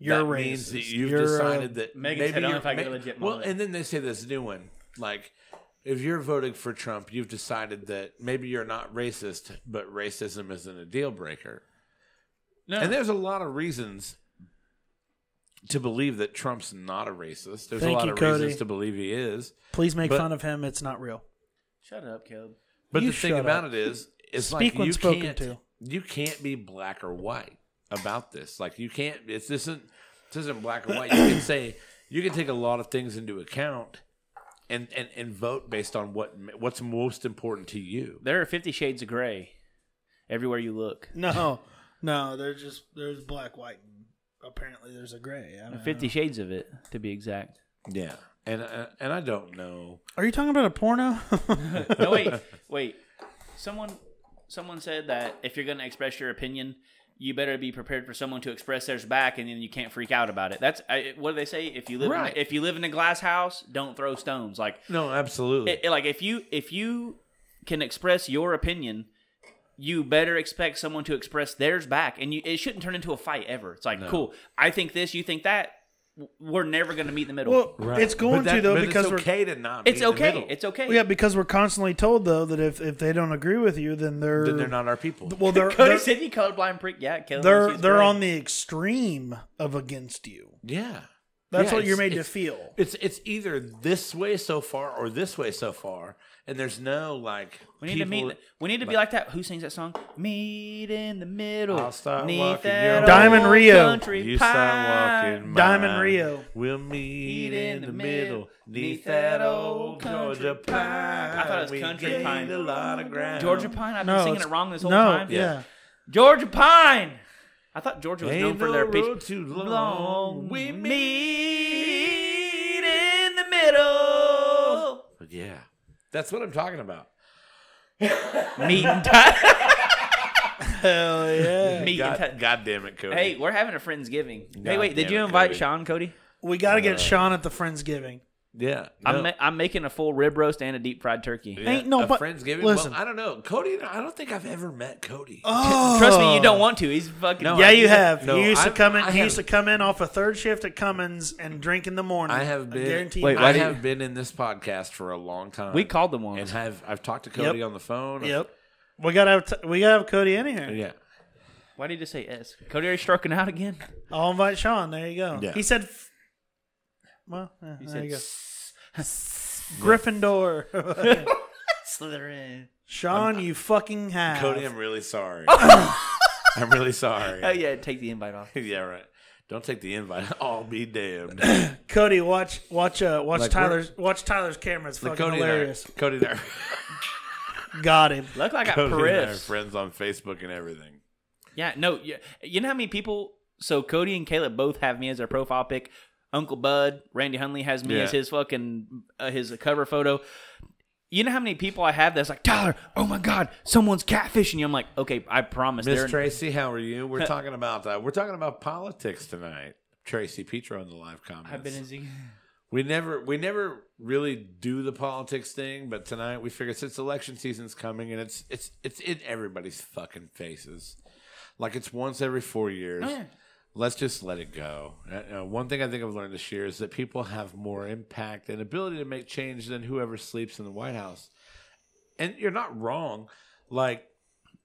[SPEAKER 2] You're
[SPEAKER 3] that
[SPEAKER 2] racist.
[SPEAKER 3] means that you've
[SPEAKER 2] You're, uh,
[SPEAKER 3] decided that
[SPEAKER 1] Megan
[SPEAKER 3] maybe
[SPEAKER 1] said, "Only
[SPEAKER 3] you're-
[SPEAKER 1] if I get
[SPEAKER 3] may-
[SPEAKER 1] a legit
[SPEAKER 3] Well,
[SPEAKER 1] mullet."
[SPEAKER 3] and then they say this new one, like if you're voting for Trump, you've decided that maybe you're not racist, but racism isn't a deal breaker.
[SPEAKER 1] no,
[SPEAKER 3] And there's a lot of reasons to believe that Trump's not a racist. There's
[SPEAKER 2] Thank
[SPEAKER 3] a lot
[SPEAKER 2] you,
[SPEAKER 3] of
[SPEAKER 2] Cody.
[SPEAKER 3] reasons to believe he is.
[SPEAKER 2] Please make
[SPEAKER 3] but-
[SPEAKER 2] fun of him. It's not real. [laughs]
[SPEAKER 1] shut up, Caleb.
[SPEAKER 3] But
[SPEAKER 2] You
[SPEAKER 3] the thing
[SPEAKER 2] shut
[SPEAKER 3] about
[SPEAKER 2] up.
[SPEAKER 3] it is, it's
[SPEAKER 2] Speak
[SPEAKER 3] like
[SPEAKER 2] when
[SPEAKER 3] you
[SPEAKER 2] spoken
[SPEAKER 3] can't
[SPEAKER 2] to.
[SPEAKER 3] you can't be black or white about this. Like you can't. It's this isn't this isn't black or white. You can say you can take a lot of things into account. And, and, and vote based on what what's most important to you.
[SPEAKER 1] There are Fifty Shades of Grey everywhere you look.
[SPEAKER 2] No, no. There's just there's black, white, and apparently there's a gray. I don't
[SPEAKER 1] Fifty
[SPEAKER 2] know.
[SPEAKER 1] Shades of it, to be exact.
[SPEAKER 3] Yeah, and uh, and I don't know.
[SPEAKER 2] Are you talking about a porno? [laughs]
[SPEAKER 1] No, wait, wait. Someone, someone said that if you're going to express your opinion, you better be prepared for someone to express theirs back, and then you can't freak out about it. That's I, what do they say? If you live,
[SPEAKER 3] Right.
[SPEAKER 1] in, if you live in a glass house, don't throw stones. Like,
[SPEAKER 3] No, absolutely.
[SPEAKER 1] it- like if you if you can express your opinion. You better expect someone to express theirs back, and you, it shouldn't turn into a fight ever. It's like, cool, I think this, you think that. W- We're never going to meet in the middle.
[SPEAKER 2] well,
[SPEAKER 3] Right.
[SPEAKER 2] it's going
[SPEAKER 3] But that-
[SPEAKER 2] to though
[SPEAKER 3] but
[SPEAKER 2] because
[SPEAKER 3] it's
[SPEAKER 2] we're
[SPEAKER 3] okay to not. be
[SPEAKER 1] It's
[SPEAKER 3] in the
[SPEAKER 1] okay.
[SPEAKER 3] middle.
[SPEAKER 1] It's okay.
[SPEAKER 2] Well, yeah, because we're constantly told though that if, if they don't agree with you, then they're
[SPEAKER 3] then they're not our people.
[SPEAKER 2] [laughs] well
[SPEAKER 3] [laughs]
[SPEAKER 2] they're
[SPEAKER 1] Cody
[SPEAKER 2] they're
[SPEAKER 1] said you colorblind prick. Yeah, Caleb
[SPEAKER 2] they're,
[SPEAKER 1] thinks he's
[SPEAKER 2] they're
[SPEAKER 1] gray.
[SPEAKER 2] on the extreme of against you.
[SPEAKER 3] yeah,
[SPEAKER 2] That's
[SPEAKER 3] Yeah,
[SPEAKER 2] what you're
[SPEAKER 3] it's-
[SPEAKER 2] made to
[SPEAKER 3] it's-
[SPEAKER 2] feel.
[SPEAKER 3] It's it's either this way so far or this way so far, and there's no like.
[SPEAKER 1] We need
[SPEAKER 3] people-
[SPEAKER 1] to meet. We need to be like that. Who sings that song? Meet in the middle.
[SPEAKER 3] I'll start
[SPEAKER 1] neath
[SPEAKER 3] walking
[SPEAKER 1] that
[SPEAKER 3] your
[SPEAKER 1] old
[SPEAKER 3] way.
[SPEAKER 2] Diamond Rio.
[SPEAKER 1] country
[SPEAKER 3] You start
[SPEAKER 1] pine.
[SPEAKER 3] walking,
[SPEAKER 2] Diamond
[SPEAKER 3] mine.
[SPEAKER 2] Rio.
[SPEAKER 3] We'll meet in the middle, neath that old Georgia pine.
[SPEAKER 1] I thought it was
[SPEAKER 3] We
[SPEAKER 1] country
[SPEAKER 3] gained
[SPEAKER 1] pine.
[SPEAKER 3] A lot of ground.
[SPEAKER 1] Georgia Pine. I've been
[SPEAKER 2] No,
[SPEAKER 1] singing
[SPEAKER 2] it's-
[SPEAKER 1] it wrong this whole
[SPEAKER 2] no,
[SPEAKER 1] time.
[SPEAKER 2] yeah.
[SPEAKER 1] Georgia Pine. I thought Georgia was known
[SPEAKER 3] Ain't
[SPEAKER 1] for
[SPEAKER 3] no
[SPEAKER 1] their
[SPEAKER 3] road
[SPEAKER 1] peach.
[SPEAKER 3] too long.
[SPEAKER 1] Long we
[SPEAKER 3] We meet.
[SPEAKER 1] meet in the middle.
[SPEAKER 3] Yeah, that's what I'm talking about.
[SPEAKER 1] Meet [laughs] in time.
[SPEAKER 2] Hell yeah!
[SPEAKER 1] Meet in
[SPEAKER 3] God,
[SPEAKER 1] time.
[SPEAKER 3] God damn it, Cody.
[SPEAKER 1] Hey, we're having a friendsgiving. hey,
[SPEAKER 3] God
[SPEAKER 1] wait, did
[SPEAKER 3] damn
[SPEAKER 1] you
[SPEAKER 3] it,
[SPEAKER 1] invite
[SPEAKER 3] Cody.
[SPEAKER 1] Sean, Cody?
[SPEAKER 2] we got to get Sean at the friendsgiving.
[SPEAKER 3] Yeah, no.
[SPEAKER 1] I'm, ma- I'm making a full rib roast and a deep fried turkey.
[SPEAKER 3] Yeah,
[SPEAKER 2] Ain't no
[SPEAKER 3] a
[SPEAKER 2] but-
[SPEAKER 3] friendsgiving.
[SPEAKER 2] listen.
[SPEAKER 3] well, I don't know, Cody. and I I don't think I've ever met Cody.
[SPEAKER 2] Oh.
[SPEAKER 1] Trust me, you don't want to. He's fucking.
[SPEAKER 3] No,
[SPEAKER 2] Yeah,
[SPEAKER 3] I
[SPEAKER 2] you
[SPEAKER 3] didn't.
[SPEAKER 2] have.
[SPEAKER 3] No,
[SPEAKER 2] he used to
[SPEAKER 3] I-
[SPEAKER 2] come in.
[SPEAKER 3] I
[SPEAKER 2] he used to
[SPEAKER 3] have-
[SPEAKER 2] come in off a third shift at Cummins and drink in the morning.
[SPEAKER 3] I have been.
[SPEAKER 2] guaranteed.
[SPEAKER 1] Wait,
[SPEAKER 3] I
[SPEAKER 1] do you-
[SPEAKER 3] have been in this podcast for a long time.
[SPEAKER 1] we called them once.
[SPEAKER 3] and have I've talked to Cody
[SPEAKER 2] Yep.
[SPEAKER 3] on the phone.
[SPEAKER 2] Yep. We gotta have t- we gotta have Cody in here.
[SPEAKER 3] Yeah.
[SPEAKER 1] Why did you just say S? Cody already stroking out again.
[SPEAKER 2] I'll invite Sean. There you go.
[SPEAKER 3] Yeah.
[SPEAKER 2] He said. F- well, yeah, there
[SPEAKER 1] said
[SPEAKER 2] you go. Gryffindor. [laughs]
[SPEAKER 1] Slytherin.
[SPEAKER 2] Sean, you fucking have.
[SPEAKER 3] Cody, I'm
[SPEAKER 1] [laughs]
[SPEAKER 3] really sorry. [laughs] I'm really sorry.
[SPEAKER 1] Oh yeah, take the invite off.
[SPEAKER 3] [laughs] yeah, right. Don't take the invite. [laughs] I'll be damned.
[SPEAKER 2] Cody, watch watch uh watch
[SPEAKER 3] Like,
[SPEAKER 2] Tyler's watch Tyler's camera. It's fucking
[SPEAKER 3] Cody and I,
[SPEAKER 2] hilarious.
[SPEAKER 3] [laughs] Cody and I, are-
[SPEAKER 2] Got him.
[SPEAKER 1] Look like I got
[SPEAKER 3] Cody and I are
[SPEAKER 1] Perez.
[SPEAKER 3] friends on Facebook and everything.
[SPEAKER 1] Yeah, no, you, you know how many people? So Cody and Caleb both have me as their profile pic. Uncle Bud, Randy Hunley has me
[SPEAKER 3] Yeah.
[SPEAKER 1] as his fucking uh, his cover photo. You know how many people I have that's like Tyler? Oh my God, someone's catfishing you. I'm like, okay, I promise.
[SPEAKER 3] Miss
[SPEAKER 1] They're,
[SPEAKER 3] Tracy, how are you? We're talking about uh, we're talking about politics tonight. Tracy Petro in the live comments.
[SPEAKER 1] I've been in Z.
[SPEAKER 3] we never we never really do the politics thing, but tonight we figured since election season's coming and it's it's it's in everybody's fucking faces, like it's once every four years.
[SPEAKER 1] Oh, yeah.
[SPEAKER 3] Let's just let it go. Uh, uh, one thing I think I've learned this year is that people have more impact and ability to make change than whoever sleeps in the White House. And you're not wrong. Like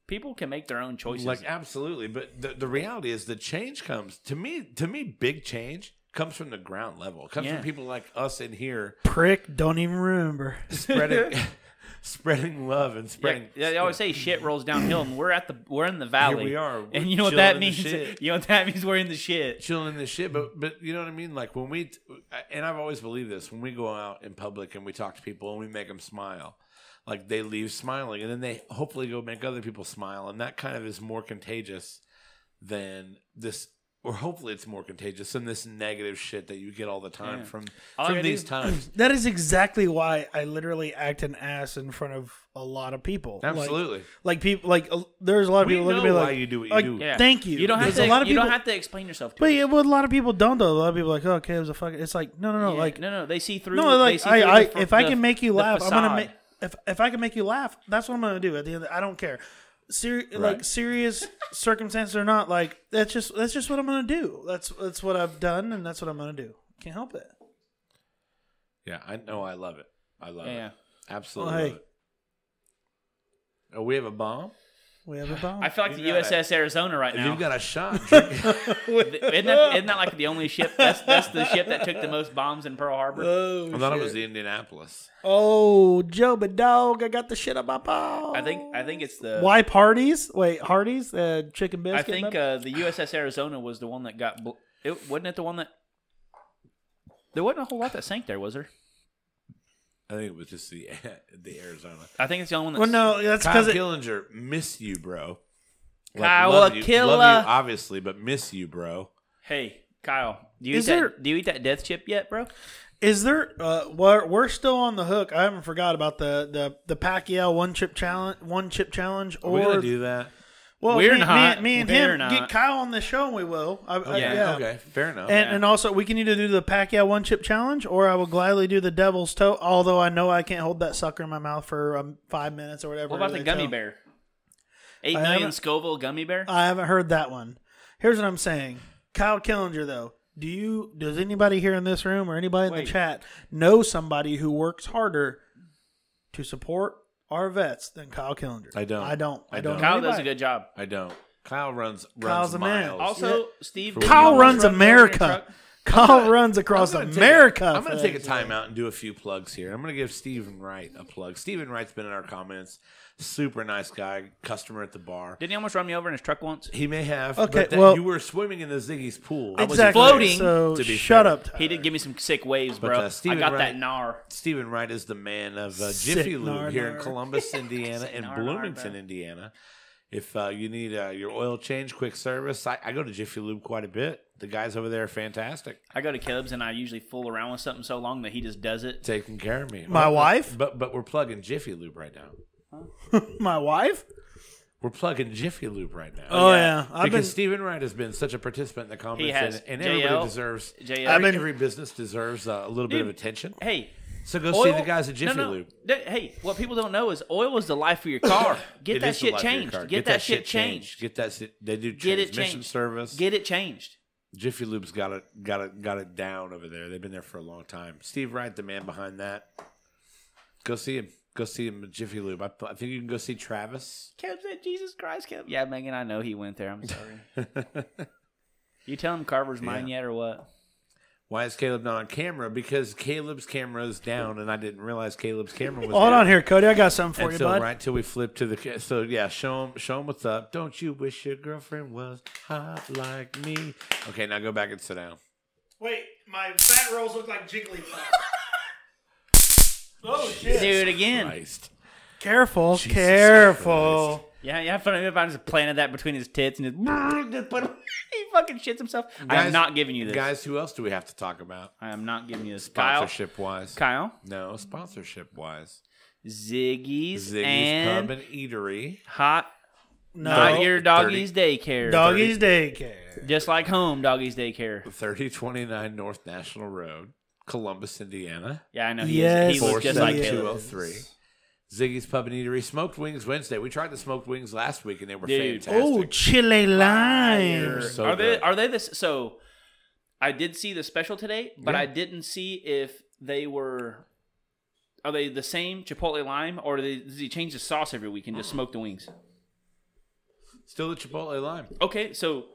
[SPEAKER 1] People can make their own choices.
[SPEAKER 3] like absolutely, but the, the reality is the change comes to me. To me, big change comes from the ground level. It comes
[SPEAKER 1] Yeah.
[SPEAKER 3] from people like us in here
[SPEAKER 2] Prick, don't even remember.
[SPEAKER 1] [laughs]
[SPEAKER 3] spreading, [laughs] spreading love and
[SPEAKER 1] yeah,
[SPEAKER 3] spreading.
[SPEAKER 1] yeah, they always say shit rolls downhill, and we're at the we're in the valley.
[SPEAKER 3] we are. We're
[SPEAKER 1] and you know what
[SPEAKER 3] chilling
[SPEAKER 1] that
[SPEAKER 3] in the
[SPEAKER 1] means?
[SPEAKER 3] shit.
[SPEAKER 1] You know what that means? We're in the shit.
[SPEAKER 3] [laughs] chilling this shit. But but you know what I mean? Like when we and I've always believed this when we go out in public and we talk to people and we make them smile, like they leave smiling and then they hopefully go make other people smile and that kind of is more contagious than this. Or hopefully it's more contagious than this negative shit that you get all the time
[SPEAKER 1] Yeah.
[SPEAKER 3] from
[SPEAKER 1] All I
[SPEAKER 3] from
[SPEAKER 1] gotta
[SPEAKER 3] these
[SPEAKER 1] do- [clears throat]
[SPEAKER 3] times.
[SPEAKER 2] That is exactly why I literally act an ass in front of a lot of people. Like-
[SPEAKER 3] Absolutely,
[SPEAKER 2] Like, people, like uh, there's a lot of
[SPEAKER 3] We
[SPEAKER 2] people looking at
[SPEAKER 3] know
[SPEAKER 2] me
[SPEAKER 3] why
[SPEAKER 2] like,
[SPEAKER 3] you do what you
[SPEAKER 2] like,
[SPEAKER 3] do.
[SPEAKER 1] Yeah.
[SPEAKER 2] Thank you.
[SPEAKER 1] You don't have
[SPEAKER 2] There's
[SPEAKER 1] to.
[SPEAKER 2] A lot of
[SPEAKER 1] you
[SPEAKER 2] people,
[SPEAKER 1] don't have to explain yourself. to
[SPEAKER 2] But
[SPEAKER 1] us.
[SPEAKER 2] yeah, well, a lot of people don't though. A lot of people are like, oh, Caleb's a fucking. It's like, no, no, no.
[SPEAKER 1] Yeah,
[SPEAKER 2] like,
[SPEAKER 1] no, no, they see through.
[SPEAKER 2] No,
[SPEAKER 1] they
[SPEAKER 2] like
[SPEAKER 1] see
[SPEAKER 2] I,
[SPEAKER 1] through
[SPEAKER 2] I
[SPEAKER 1] the fa-
[SPEAKER 2] if I
[SPEAKER 1] the-
[SPEAKER 2] can make you
[SPEAKER 1] the
[SPEAKER 2] laugh, I'm gonna
[SPEAKER 1] facade.
[SPEAKER 2] make if if I can make you laugh, that's what I'm gonna do. At the end, I don't care, Ser- like
[SPEAKER 3] Right.
[SPEAKER 2] serious circumstances or not. Like that's just that's just what I'm gonna do. That's that's what I've done, and that's what I'm gonna do. Can't help it.
[SPEAKER 3] yeah. I know. I love it. I love
[SPEAKER 1] Yeah.
[SPEAKER 3] it. Absolutely.
[SPEAKER 2] Well, hey.
[SPEAKER 3] love it. Oh, we have a bomb.
[SPEAKER 2] We have a
[SPEAKER 1] [sighs]
[SPEAKER 2] bomb.
[SPEAKER 1] I feel like
[SPEAKER 3] You
[SPEAKER 1] the
[SPEAKER 3] got
[SPEAKER 1] USS Arizona right now.
[SPEAKER 3] You've got
[SPEAKER 2] [laughs]
[SPEAKER 3] a shot.
[SPEAKER 1] [laughs] isn't,
[SPEAKER 3] [laughs]
[SPEAKER 1] that, isn't that like the only ship? That's that's the ship that took the most bombs in Pearl Harbor.
[SPEAKER 2] oh,
[SPEAKER 3] I thought it
[SPEAKER 2] shit.
[SPEAKER 3] was the Indianapolis.
[SPEAKER 2] oh, Joe, but dog, I got the shit up my paw.
[SPEAKER 1] I think I think it's the.
[SPEAKER 2] Why parties? Wait, Hardee's, uh, chicken biscuit.
[SPEAKER 1] I think uh,
[SPEAKER 2] man?
[SPEAKER 1] the USS Arizona was the one that got. Bl- it wasn't it the one that. There wasn't a whole lot that sank there, was there?
[SPEAKER 3] I think it was just the [laughs] the Arizona.
[SPEAKER 1] I think it's the only one.
[SPEAKER 2] well,
[SPEAKER 1] That's,
[SPEAKER 2] no, that's
[SPEAKER 3] Kyle
[SPEAKER 2] because it.
[SPEAKER 3] Killinger, miss you, bro.
[SPEAKER 1] Kyle
[SPEAKER 3] love you,
[SPEAKER 1] Killa.
[SPEAKER 3] love you, obviously, but miss you, bro.
[SPEAKER 1] Hey, Kyle, do you
[SPEAKER 2] Is
[SPEAKER 1] eat that,
[SPEAKER 2] there-
[SPEAKER 1] do you eat that death chip yet, bro?
[SPEAKER 2] Is there? Uh, we're, we're still on the hook. I haven't forgot about the the the Pacquiao one chip challenge. One chip challenge.
[SPEAKER 3] Are
[SPEAKER 2] Or
[SPEAKER 3] we gonna do that?
[SPEAKER 2] well,
[SPEAKER 1] We're
[SPEAKER 2] me,
[SPEAKER 1] not.
[SPEAKER 2] Me, me and
[SPEAKER 1] We're
[SPEAKER 2] him
[SPEAKER 1] not.
[SPEAKER 2] get Kyle on the show. and We will. I, I,
[SPEAKER 1] Yeah,
[SPEAKER 2] yeah.
[SPEAKER 3] Okay, fair enough.
[SPEAKER 2] And, and also, we can either do the Pacquiao one chip challenge, or I will gladly do the Devil's Toe. Although I know I can't hold that sucker in my mouth for um, five minutes or whatever.
[SPEAKER 1] What about the
[SPEAKER 2] they
[SPEAKER 1] gummy
[SPEAKER 2] tell-
[SPEAKER 1] bear? Eight
[SPEAKER 2] I
[SPEAKER 1] million
[SPEAKER 2] haven't- Uh,
[SPEAKER 1] Scoville gummy bear.
[SPEAKER 2] I haven't heard that one. Here's what I'm saying, Kyle Killinger. Though, do you? Does anybody here in this room or anybody in
[SPEAKER 1] Wait.
[SPEAKER 2] the chat know somebody who works harder to support our vets than Kyle Killinger?
[SPEAKER 3] I don't.
[SPEAKER 2] I don't. I
[SPEAKER 3] I
[SPEAKER 2] don't.
[SPEAKER 3] don't.
[SPEAKER 2] know
[SPEAKER 1] Kyle does a
[SPEAKER 2] anybody.
[SPEAKER 1] good job.
[SPEAKER 3] I don't. Kyle runs runs
[SPEAKER 2] Kyle's a man.
[SPEAKER 3] miles.
[SPEAKER 1] Also,
[SPEAKER 2] Yeah.
[SPEAKER 1] Steve.
[SPEAKER 3] For
[SPEAKER 1] Daniels
[SPEAKER 2] Kyle
[SPEAKER 3] He
[SPEAKER 2] runs
[SPEAKER 1] over in a
[SPEAKER 2] America.
[SPEAKER 1] truck.
[SPEAKER 2] Kyle runs across
[SPEAKER 3] gonna take a-
[SPEAKER 2] America.
[SPEAKER 3] I'm going
[SPEAKER 2] for
[SPEAKER 3] to take a
[SPEAKER 2] that.
[SPEAKER 3] timeout and do a few plugs here. I'm going to give Stephen Wright a plug. Stephen Wright's been in our comments. Super nice guy, customer at the bar.
[SPEAKER 1] Didn't he almost run me over in his truck once?
[SPEAKER 3] He may have.
[SPEAKER 2] Okay,
[SPEAKER 3] but that-
[SPEAKER 2] well-
[SPEAKER 3] you were swimming in the Ziggy's pool.
[SPEAKER 1] was
[SPEAKER 2] Exactly.
[SPEAKER 1] floating,
[SPEAKER 2] So
[SPEAKER 3] to be
[SPEAKER 2] shut
[SPEAKER 3] fair.
[SPEAKER 2] up. Tyler.
[SPEAKER 1] He did give me some sick waves, bro.
[SPEAKER 3] uh, Steven
[SPEAKER 1] I got
[SPEAKER 3] Wright-
[SPEAKER 1] that gnar.
[SPEAKER 3] Stephen Wright is the man of uh,
[SPEAKER 2] Sick
[SPEAKER 3] Jiffy Lube
[SPEAKER 2] gnar
[SPEAKER 3] here in
[SPEAKER 2] gnar. [laughs]
[SPEAKER 3] Columbus, Indiana, and
[SPEAKER 1] gnar gnar,
[SPEAKER 3] Bloomington,
[SPEAKER 1] bro.
[SPEAKER 3] Indiana. If uh, you need uh, your oil change, quick service, I, I go to Jiffy Lube quite a bit. The guys over there are fantastic,
[SPEAKER 1] I go to Caleb's and I usually fool around with something so long that he just does it.
[SPEAKER 3] taking care of me.
[SPEAKER 2] My
[SPEAKER 3] Well,
[SPEAKER 2] wife?
[SPEAKER 3] but but we're plugging Jiffy Lube right now.
[SPEAKER 2] My wife.
[SPEAKER 3] We're plugging Jiffy Lube right now.
[SPEAKER 2] Oh, yeah. I've
[SPEAKER 3] I've because
[SPEAKER 2] been-
[SPEAKER 3] Stephen Wright has been such a participant in the comments,
[SPEAKER 1] has.
[SPEAKER 3] and, and
[SPEAKER 1] JL.
[SPEAKER 3] everybody deserves.
[SPEAKER 1] JL. I've
[SPEAKER 3] Every,
[SPEAKER 2] been-
[SPEAKER 3] every business deserves uh, a little bit of attention.
[SPEAKER 1] Hey,
[SPEAKER 3] So go see the guys at Jiffy
[SPEAKER 1] no, no.
[SPEAKER 3] Lube.
[SPEAKER 1] Th- Hey, what people don't know is oil is the life of your car. Get
[SPEAKER 3] It
[SPEAKER 1] that
[SPEAKER 3] is the
[SPEAKER 1] shit
[SPEAKER 3] life of your
[SPEAKER 1] changed.
[SPEAKER 3] car.
[SPEAKER 1] Get, that, shit changed.
[SPEAKER 3] Get that shit. They do
[SPEAKER 1] Get it
[SPEAKER 3] transmission
[SPEAKER 1] changed.
[SPEAKER 3] service.
[SPEAKER 1] Get it changed.
[SPEAKER 3] Jiffy Lube's got it, got it, got it down over there. They've been there for a long time. Steve Wright, the man behind that. Go see him. Go see him at Jiffy Lube. I, I think you can go see Travis.
[SPEAKER 1] Kev said, Jesus Christ, Kev. Yeah, Megan, I know he went there. [laughs] I'm sorry. you tell him Carver's mine yet or what?
[SPEAKER 3] Why is Caleb not on camera? Because Caleb's camera is down, and I didn't realize Caleb's camera was.
[SPEAKER 2] Hold
[SPEAKER 3] down.
[SPEAKER 2] on here, Cody. I got something for
[SPEAKER 3] And
[SPEAKER 2] you,
[SPEAKER 3] so
[SPEAKER 2] bud.
[SPEAKER 3] right till we flip to the ca- so yeah, show him show him what's up. Don't you wish your girlfriend was hot like me? Okay, now go back and sit down.
[SPEAKER 2] Wait, my fat rolls look like Jigglypuff.
[SPEAKER 3] [laughs]
[SPEAKER 2] oh shit!
[SPEAKER 1] Do it again.
[SPEAKER 3] Christ.
[SPEAKER 2] Careful, careful.
[SPEAKER 1] Yeah, yeah. Funny enough, I just planted that between his tits and just, [laughs] just put him, he fucking shits himself. I
[SPEAKER 3] Guys-
[SPEAKER 1] am not giving you this.
[SPEAKER 3] Guys, who else do we have to talk about?
[SPEAKER 1] I am not giving you this. Kyle,
[SPEAKER 3] Sponsorship wise.
[SPEAKER 1] Kyle,
[SPEAKER 3] No, sponsorship wise.
[SPEAKER 1] Ziggy's,
[SPEAKER 3] Ziggy's
[SPEAKER 1] and
[SPEAKER 3] Pub and Eatery.
[SPEAKER 1] Hot Not
[SPEAKER 2] No,
[SPEAKER 1] Your Doggy's Daycare.
[SPEAKER 2] doggies daycare.
[SPEAKER 1] Just like home, Doggy's Daycare.
[SPEAKER 3] 3029 North National Road, Columbus, Indiana.
[SPEAKER 1] Yeah, I know. He,
[SPEAKER 2] Yes,
[SPEAKER 1] is, he looks just like
[SPEAKER 2] yes.
[SPEAKER 1] Caleb.
[SPEAKER 3] 47203. Ziggy's Pub and Eatery. Smoked Wings Wednesday. We tried the smoked wings last week and they were
[SPEAKER 1] Dude.
[SPEAKER 2] Oh,
[SPEAKER 3] fantastic.
[SPEAKER 2] chile
[SPEAKER 3] They're
[SPEAKER 2] lime.
[SPEAKER 3] so
[SPEAKER 1] are they?
[SPEAKER 3] good.
[SPEAKER 1] Are they this? So, I did see the special today, but I didn't see if they were. Are they the same Chipotle lime, or do they, does he change the sauce every week and just smoke the wings?
[SPEAKER 3] Still the Chipotle lime.
[SPEAKER 1] Okay, so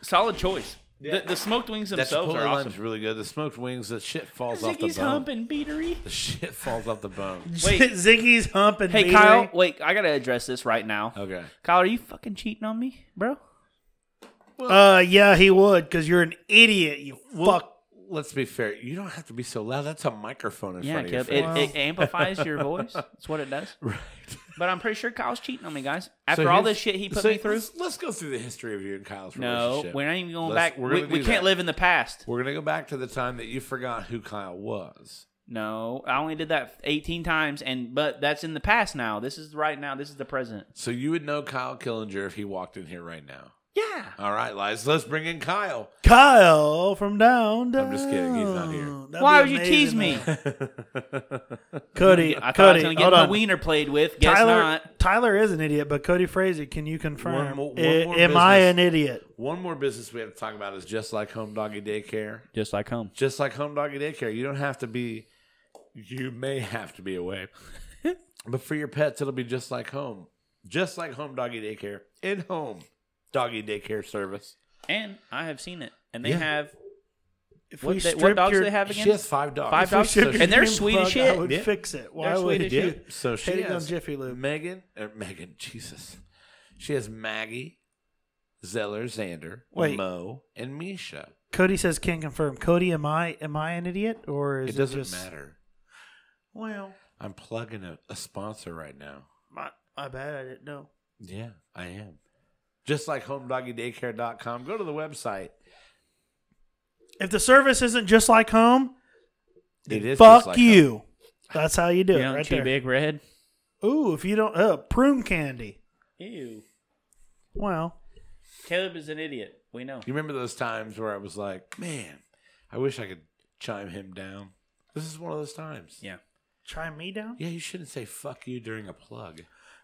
[SPEAKER 1] solid choice. The, the smoked wings
[SPEAKER 3] That
[SPEAKER 1] themselves
[SPEAKER 3] Chipotle
[SPEAKER 1] are awesome.
[SPEAKER 3] lime's really good. The smoked wings, the shit falls off the
[SPEAKER 1] Ziggy's
[SPEAKER 3] bone.
[SPEAKER 1] hump and beatery.
[SPEAKER 3] The shit falls off
[SPEAKER 1] [laughs]
[SPEAKER 3] the bone.
[SPEAKER 1] Wait.
[SPEAKER 2] [laughs] Ziggy's hump and
[SPEAKER 1] Hey
[SPEAKER 2] beatery.
[SPEAKER 1] Kyle, wait, I gotta address this right now.
[SPEAKER 3] Okay.
[SPEAKER 1] Kyle, are you fucking cheating on me, bro?
[SPEAKER 2] Uh, yeah, he would, cause you're an idiot. You fuck.
[SPEAKER 3] Let's be fair. You don't have to be so loud. That's a microphone in
[SPEAKER 1] Yeah,
[SPEAKER 3] front of your
[SPEAKER 1] Kev,
[SPEAKER 3] face.
[SPEAKER 1] it, it amplifies
[SPEAKER 3] [laughs]
[SPEAKER 1] your voice. That's what it does.
[SPEAKER 3] Right.
[SPEAKER 1] But I'm pretty sure Kyle's cheating on me, guys.
[SPEAKER 3] So
[SPEAKER 1] After all
[SPEAKER 3] here's-
[SPEAKER 1] this shit he put
[SPEAKER 3] so
[SPEAKER 1] me through.
[SPEAKER 3] Let's, let's go through the history of you and Kyle's
[SPEAKER 1] No,
[SPEAKER 3] relationship.
[SPEAKER 1] we're not even going
[SPEAKER 3] Let's-
[SPEAKER 1] back.
[SPEAKER 3] we're
[SPEAKER 1] We,
[SPEAKER 3] gonna
[SPEAKER 1] we
[SPEAKER 3] do
[SPEAKER 1] can't
[SPEAKER 3] that.
[SPEAKER 1] live in the past.
[SPEAKER 3] We're gonna go back to the time that you forgot who Kyle was.
[SPEAKER 1] No, I only did that 18 times, and but that's in the past now. This is right now. This is the present.
[SPEAKER 3] So you would know Kyle Killinger if he walked in here right now.
[SPEAKER 1] Yeah.
[SPEAKER 3] All right, Liz, let's bring
[SPEAKER 1] [laughs]
[SPEAKER 3] in Kyle.
[SPEAKER 2] Kyle from down, down.
[SPEAKER 3] I'm just kidding, he's not here.
[SPEAKER 2] That'd
[SPEAKER 1] Why would
[SPEAKER 2] be
[SPEAKER 1] you
[SPEAKER 2] amazing,
[SPEAKER 1] tease me?
[SPEAKER 2] though. Cody?
[SPEAKER 1] I thought I was
[SPEAKER 2] Cody,
[SPEAKER 1] going to get
[SPEAKER 2] hold
[SPEAKER 1] my
[SPEAKER 2] on.
[SPEAKER 1] wiener played with. Guess
[SPEAKER 2] Tyler,
[SPEAKER 1] not.
[SPEAKER 2] Tyler is an idiot, but Cody Frazee, can you confirm?
[SPEAKER 3] One mo- one
[SPEAKER 2] I-
[SPEAKER 3] more
[SPEAKER 2] am I
[SPEAKER 3] business.
[SPEAKER 2] an idiot?
[SPEAKER 3] One more business we have to talk about is just like home doggy daycare.
[SPEAKER 1] Just like home.
[SPEAKER 3] Just like home doggy daycare, you don't have to be. You may have to be away, but for your pets, it'll be just like home. Just like home doggy daycare, in home doggy daycare service.
[SPEAKER 1] And I have seen it. And they
[SPEAKER 3] Yeah.
[SPEAKER 1] have.
[SPEAKER 2] If
[SPEAKER 1] What,
[SPEAKER 2] we
[SPEAKER 1] they, what
[SPEAKER 2] stripped
[SPEAKER 1] dogs
[SPEAKER 2] your-
[SPEAKER 1] do they have again?
[SPEAKER 3] She has five dogs.
[SPEAKER 1] Five
[SPEAKER 3] So
[SPEAKER 1] dogs?
[SPEAKER 3] she-
[SPEAKER 2] stripped your
[SPEAKER 1] And they're
[SPEAKER 2] name
[SPEAKER 1] sweet as
[SPEAKER 2] plug,
[SPEAKER 1] shit.
[SPEAKER 2] I would
[SPEAKER 3] Yeah.
[SPEAKER 2] fix it. Why
[SPEAKER 1] They're sweet
[SPEAKER 2] would
[SPEAKER 1] as
[SPEAKER 2] you?
[SPEAKER 1] shit.
[SPEAKER 3] So she
[SPEAKER 2] Hated on
[SPEAKER 3] has
[SPEAKER 2] Jiffy Lube.
[SPEAKER 3] Megan, or Megan, Jesus. She has Maggie, Zeller, Xander,
[SPEAKER 2] Wait.
[SPEAKER 3] Mo, and Misha.
[SPEAKER 2] Cody says can confirm. Cody, am I am I an idiot or is
[SPEAKER 3] It
[SPEAKER 2] it,
[SPEAKER 3] doesn't
[SPEAKER 2] just,
[SPEAKER 3] matter. Well, I'm plugging a, a sponsor right now.
[SPEAKER 2] My, my bad, I didn't know.
[SPEAKER 3] Yeah, I am. Just like homedoggydaycare.com, go to the website.
[SPEAKER 2] If the service isn't just like home,
[SPEAKER 3] It is
[SPEAKER 2] fuck
[SPEAKER 3] just like
[SPEAKER 2] you. That's how you do
[SPEAKER 1] You
[SPEAKER 2] it,
[SPEAKER 1] know,
[SPEAKER 2] right
[SPEAKER 1] too
[SPEAKER 2] there.
[SPEAKER 1] big red.
[SPEAKER 2] Ooh, if you don't, uh, prune candy.
[SPEAKER 1] Ew.
[SPEAKER 2] Well,
[SPEAKER 1] Caleb is an idiot. We know.
[SPEAKER 3] You remember those times where I was like, man, I wish I could chime him down. This is one of those times.
[SPEAKER 1] Yeah.
[SPEAKER 2] try me down.
[SPEAKER 3] Yeah, you shouldn't say fuck you during a plug.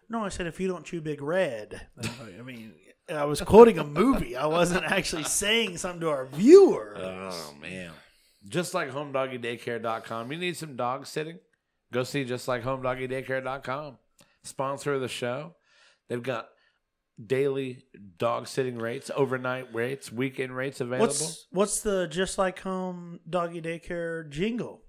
[SPEAKER 2] No, I said if you don't chew big red. I mean, I was quoting a movie. I wasn't actually saying something to our viewer.
[SPEAKER 3] [laughs] Oh man. Just like homedoggydaycare.com. You need some dog sitting? Go see just like homedoggydaycare.com. Sponsor of the show. They've got daily dog sitting rates, overnight rates, weekend rates available.
[SPEAKER 2] what's what's the just like home doggy daycare jingle?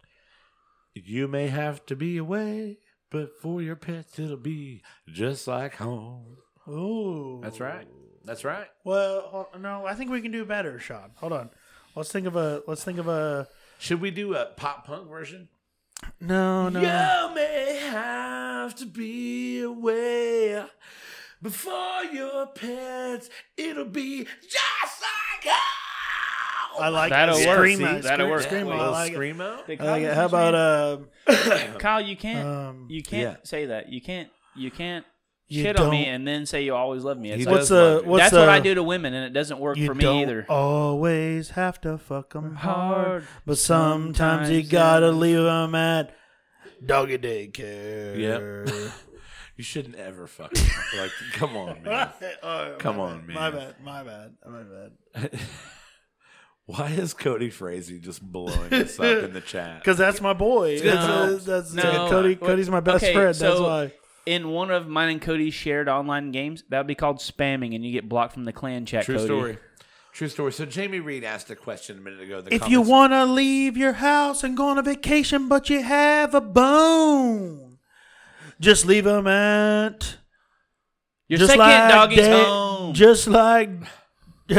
[SPEAKER 3] you may have to be away, but for your pets it'll be just like home.
[SPEAKER 2] Ooh,
[SPEAKER 3] That's right. That's right.
[SPEAKER 2] Well, hold- no, I think we can do better, Sean. Hold on. Let's think of a. Let's think of a.
[SPEAKER 3] Should we do a pop punk version?
[SPEAKER 2] No, no.
[SPEAKER 3] You may have to be away before your pets. It'll be just like home.
[SPEAKER 2] I like
[SPEAKER 1] That'll
[SPEAKER 2] it.
[SPEAKER 1] work,
[SPEAKER 2] Scream
[SPEAKER 1] see?
[SPEAKER 2] out,
[SPEAKER 1] That'll
[SPEAKER 2] scream-
[SPEAKER 1] work.
[SPEAKER 2] Scream out. I
[SPEAKER 3] Little
[SPEAKER 2] like it.
[SPEAKER 3] scream out.
[SPEAKER 2] I like it. How about uh?
[SPEAKER 1] Kyle? You can't.
[SPEAKER 2] Um,
[SPEAKER 1] [laughs] you can't
[SPEAKER 3] yeah.
[SPEAKER 1] say that. You can't. You can't.
[SPEAKER 2] You
[SPEAKER 1] shit
[SPEAKER 2] don't,
[SPEAKER 1] on me and then say you always love me. It's
[SPEAKER 3] He
[SPEAKER 1] like-
[SPEAKER 2] What's
[SPEAKER 3] does love
[SPEAKER 2] the
[SPEAKER 3] me.
[SPEAKER 2] what's uh,
[SPEAKER 1] that's
[SPEAKER 2] the,
[SPEAKER 1] what I do to women, and it doesn't work
[SPEAKER 2] You
[SPEAKER 1] for
[SPEAKER 2] don't
[SPEAKER 1] me either.
[SPEAKER 2] always have to fuck 'em hard,
[SPEAKER 1] Hard.
[SPEAKER 2] but sometimes, you
[SPEAKER 1] Sometimes,
[SPEAKER 2] gotta
[SPEAKER 1] yeah.
[SPEAKER 2] 'em leave 'em at doggy daycare.
[SPEAKER 3] You shouldn't ever fuck. like, come on, [laughs] man.
[SPEAKER 2] [laughs] Oh,
[SPEAKER 3] Come
[SPEAKER 2] my
[SPEAKER 3] on,
[SPEAKER 2] bad, My
[SPEAKER 3] man.
[SPEAKER 2] bad. My bad. My bad.
[SPEAKER 3] Why is Cody Frazee just blowing us up in the [laughs] chat?
[SPEAKER 2] Because that's my boy.
[SPEAKER 3] good
[SPEAKER 2] That's,
[SPEAKER 3] times.
[SPEAKER 2] that's,
[SPEAKER 1] No.
[SPEAKER 2] Cody.
[SPEAKER 1] What-
[SPEAKER 2] Cody's my best
[SPEAKER 1] okay,
[SPEAKER 2] friend. that's
[SPEAKER 1] so-
[SPEAKER 2] why.
[SPEAKER 1] In one of mine and Cody's shared online games, that would be called spamming, and you get blocked from the clan chat.
[SPEAKER 3] True
[SPEAKER 1] Cody.
[SPEAKER 3] story. True story. So Jamie Reed asked a question a minute ago. in The
[SPEAKER 2] If you
[SPEAKER 3] comments.
[SPEAKER 2] wanna leave your house and go on a vacation, but you have a bone, just leave 'em at.
[SPEAKER 1] Your
[SPEAKER 2] just
[SPEAKER 1] second
[SPEAKER 2] like
[SPEAKER 1] doggy's
[SPEAKER 2] da-
[SPEAKER 1] home.
[SPEAKER 2] Just like,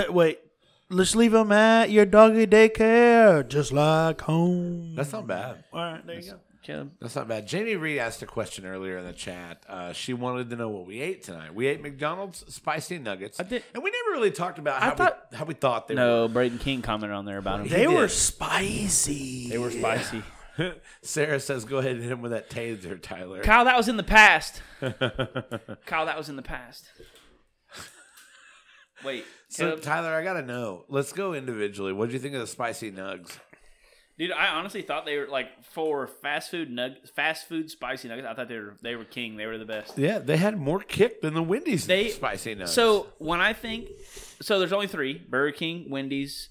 [SPEAKER 2] wait, let's leave him at your doggy daycare, just like home.
[SPEAKER 3] that's not bad.
[SPEAKER 2] all right. There you go.
[SPEAKER 1] Chill.
[SPEAKER 3] That's not bad. Jamie Reed asked a question earlier in the chat. Uh, she wanted to know what we ate tonight. We ate McDonald's spicy nuggets,
[SPEAKER 1] I did-
[SPEAKER 3] and we never really talked about
[SPEAKER 1] I
[SPEAKER 3] how,
[SPEAKER 1] thought-
[SPEAKER 3] we, how we thought they were.
[SPEAKER 1] No, Braden King commented on there about him.
[SPEAKER 2] They
[SPEAKER 3] did.
[SPEAKER 2] were spicy.
[SPEAKER 1] They were spicy.
[SPEAKER 3] Sarah says, "Go ahead and hit him with that taser, Tyler."
[SPEAKER 1] Kyle, that was in the [laughs] past. Kyle, that was in the past. Wait,
[SPEAKER 3] so,
[SPEAKER 1] Caleb,
[SPEAKER 3] Tyler, I gotta know. Let's go individually. What do you think of the spicy nugs?
[SPEAKER 1] dude, I honestly thought they were like for fast food nug- fast food spicy nuggets. I thought they were they were king. They were the best.
[SPEAKER 3] Yeah, they had more kick than the Wendy's
[SPEAKER 1] They-
[SPEAKER 3] spicy nugs.
[SPEAKER 1] So when I think, so there's only three: Burger King, Wendy's,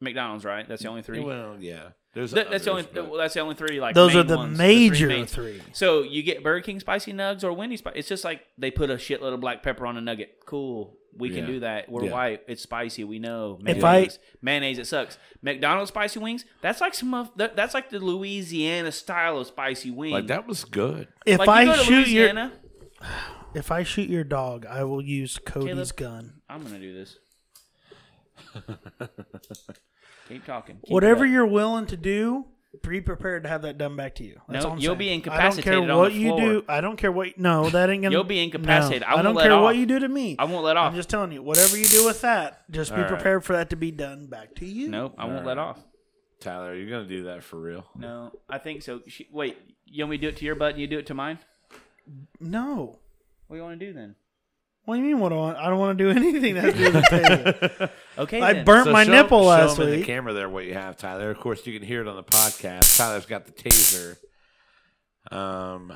[SPEAKER 1] McDonald's. Right? That's the only three.
[SPEAKER 3] well, yeah, there's
[SPEAKER 1] That- that's the only.
[SPEAKER 3] others, but-
[SPEAKER 1] well, that's the only three. Like
[SPEAKER 2] Those
[SPEAKER 1] main
[SPEAKER 2] are the
[SPEAKER 1] ones, three
[SPEAKER 2] major
[SPEAKER 1] main-
[SPEAKER 2] three.
[SPEAKER 1] So you get Burger King spicy nugs or Wendy's. Spi- it's just like they put a shitload of black pepper on a nugget. Cool, we can
[SPEAKER 3] Yeah.
[SPEAKER 1] do that. We're
[SPEAKER 3] Yeah.
[SPEAKER 1] white. It's spicy. We know.
[SPEAKER 2] If
[SPEAKER 1] Mayonnaise.
[SPEAKER 2] I-
[SPEAKER 1] mayonnaise, it sucks. McDonald's spicy wings. That's like some of that, that's like the Louisiana style of spicy wing.
[SPEAKER 3] like that was good.
[SPEAKER 2] If
[SPEAKER 1] Like, you
[SPEAKER 2] I
[SPEAKER 1] go to
[SPEAKER 2] shoot your,
[SPEAKER 1] Louisiana,
[SPEAKER 2] if I shoot your dog, I will use Cody's
[SPEAKER 1] Caleb.
[SPEAKER 2] gun.
[SPEAKER 1] I'm gonna do
[SPEAKER 3] [laughs]
[SPEAKER 1] this. Keep talking. Keep it
[SPEAKER 2] Whatever
[SPEAKER 1] up.
[SPEAKER 2] you're willing to do, be prepared to have that done back to you. That's
[SPEAKER 1] No,
[SPEAKER 2] all I'm
[SPEAKER 1] you'll
[SPEAKER 2] saying.
[SPEAKER 1] be
[SPEAKER 2] I
[SPEAKER 1] incapacitated on
[SPEAKER 2] don't care
[SPEAKER 1] the
[SPEAKER 2] what you
[SPEAKER 1] floor.
[SPEAKER 2] do. I don't care what. No,
[SPEAKER 1] [laughs]
[SPEAKER 2] that ain't gonna.
[SPEAKER 1] You'll be
[SPEAKER 2] no.
[SPEAKER 1] incapacitated. I
[SPEAKER 2] I, don't
[SPEAKER 1] won't let
[SPEAKER 2] care what
[SPEAKER 1] off.
[SPEAKER 2] you do to me.
[SPEAKER 1] I won't let off.
[SPEAKER 2] I'm just telling you, whatever you do with that, just be
[SPEAKER 1] All right.
[SPEAKER 2] prepared for that to be done back to you.
[SPEAKER 1] Nope, I won't let off.
[SPEAKER 3] Tyler, you're gonna do that for
[SPEAKER 2] [laughs]
[SPEAKER 3] real?
[SPEAKER 1] No, I think so. Sh wait, you want me to do it to your butt and you do it to mine?
[SPEAKER 2] No.
[SPEAKER 1] What do you want to do then?
[SPEAKER 2] What do you mean? What do I want? I don't want to do [laughs] anything that has to do
[SPEAKER 1] [laughs]
[SPEAKER 2] with the taser.
[SPEAKER 1] Okay,
[SPEAKER 2] I
[SPEAKER 1] then.
[SPEAKER 2] burnt my
[SPEAKER 3] show-
[SPEAKER 2] nipple
[SPEAKER 3] show
[SPEAKER 2] last
[SPEAKER 3] 'em in the
[SPEAKER 2] week.
[SPEAKER 3] camera there what you have, Tyler. Of course, you can hear it on the podcast. Tyler's got the taser. Um,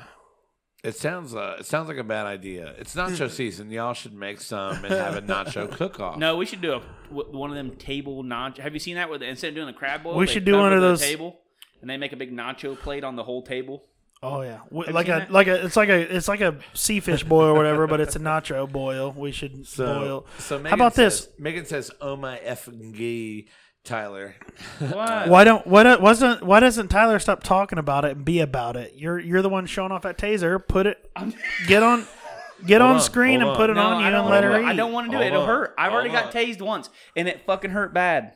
[SPEAKER 3] it sounds uh, it sounds like a bad idea. It's
[SPEAKER 2] Hmm.
[SPEAKER 3] nacho season. Y'all should make some and
[SPEAKER 2] [laughs]
[SPEAKER 3] have a nacho cook off.
[SPEAKER 1] No, we should do a w- one of them table nacho. Have you seen that? With instead of doing the crab boil,
[SPEAKER 2] We
[SPEAKER 1] they
[SPEAKER 2] should do one
[SPEAKER 1] cover
[SPEAKER 2] of
[SPEAKER 1] the
[SPEAKER 2] those-
[SPEAKER 1] table, and they make a big nacho plate on the whole table.
[SPEAKER 2] Oh yeah, W-
[SPEAKER 1] you
[SPEAKER 2] like
[SPEAKER 1] seen
[SPEAKER 2] a
[SPEAKER 1] that?
[SPEAKER 2] like a it's like a it's like a sea fish boil or whatever, but it's a nacho boil. We should
[SPEAKER 3] so
[SPEAKER 2] boil.
[SPEAKER 3] so Megan
[SPEAKER 2] how about
[SPEAKER 3] says,
[SPEAKER 2] this?
[SPEAKER 3] Megan says, "Oh my effing gee, Tyler."
[SPEAKER 1] What?
[SPEAKER 2] Why don't why don't, why doesn't why doesn't Tyler stop talking about it and be about it? You're you're the one showing off that taser. Put it,
[SPEAKER 1] [laughs]
[SPEAKER 2] get on, get on,
[SPEAKER 3] on,
[SPEAKER 2] screen
[SPEAKER 3] hold
[SPEAKER 2] and put
[SPEAKER 3] on.
[SPEAKER 2] it
[SPEAKER 1] No,
[SPEAKER 2] on you
[SPEAKER 1] I don't
[SPEAKER 2] and let
[SPEAKER 1] wanna
[SPEAKER 2] her
[SPEAKER 1] do
[SPEAKER 2] eat.
[SPEAKER 1] it. I don't want to do it.
[SPEAKER 3] Hold
[SPEAKER 1] It'll
[SPEAKER 3] on.
[SPEAKER 1] hurt. I've already
[SPEAKER 3] Hold
[SPEAKER 1] got tased once, and it fucking hurt bad.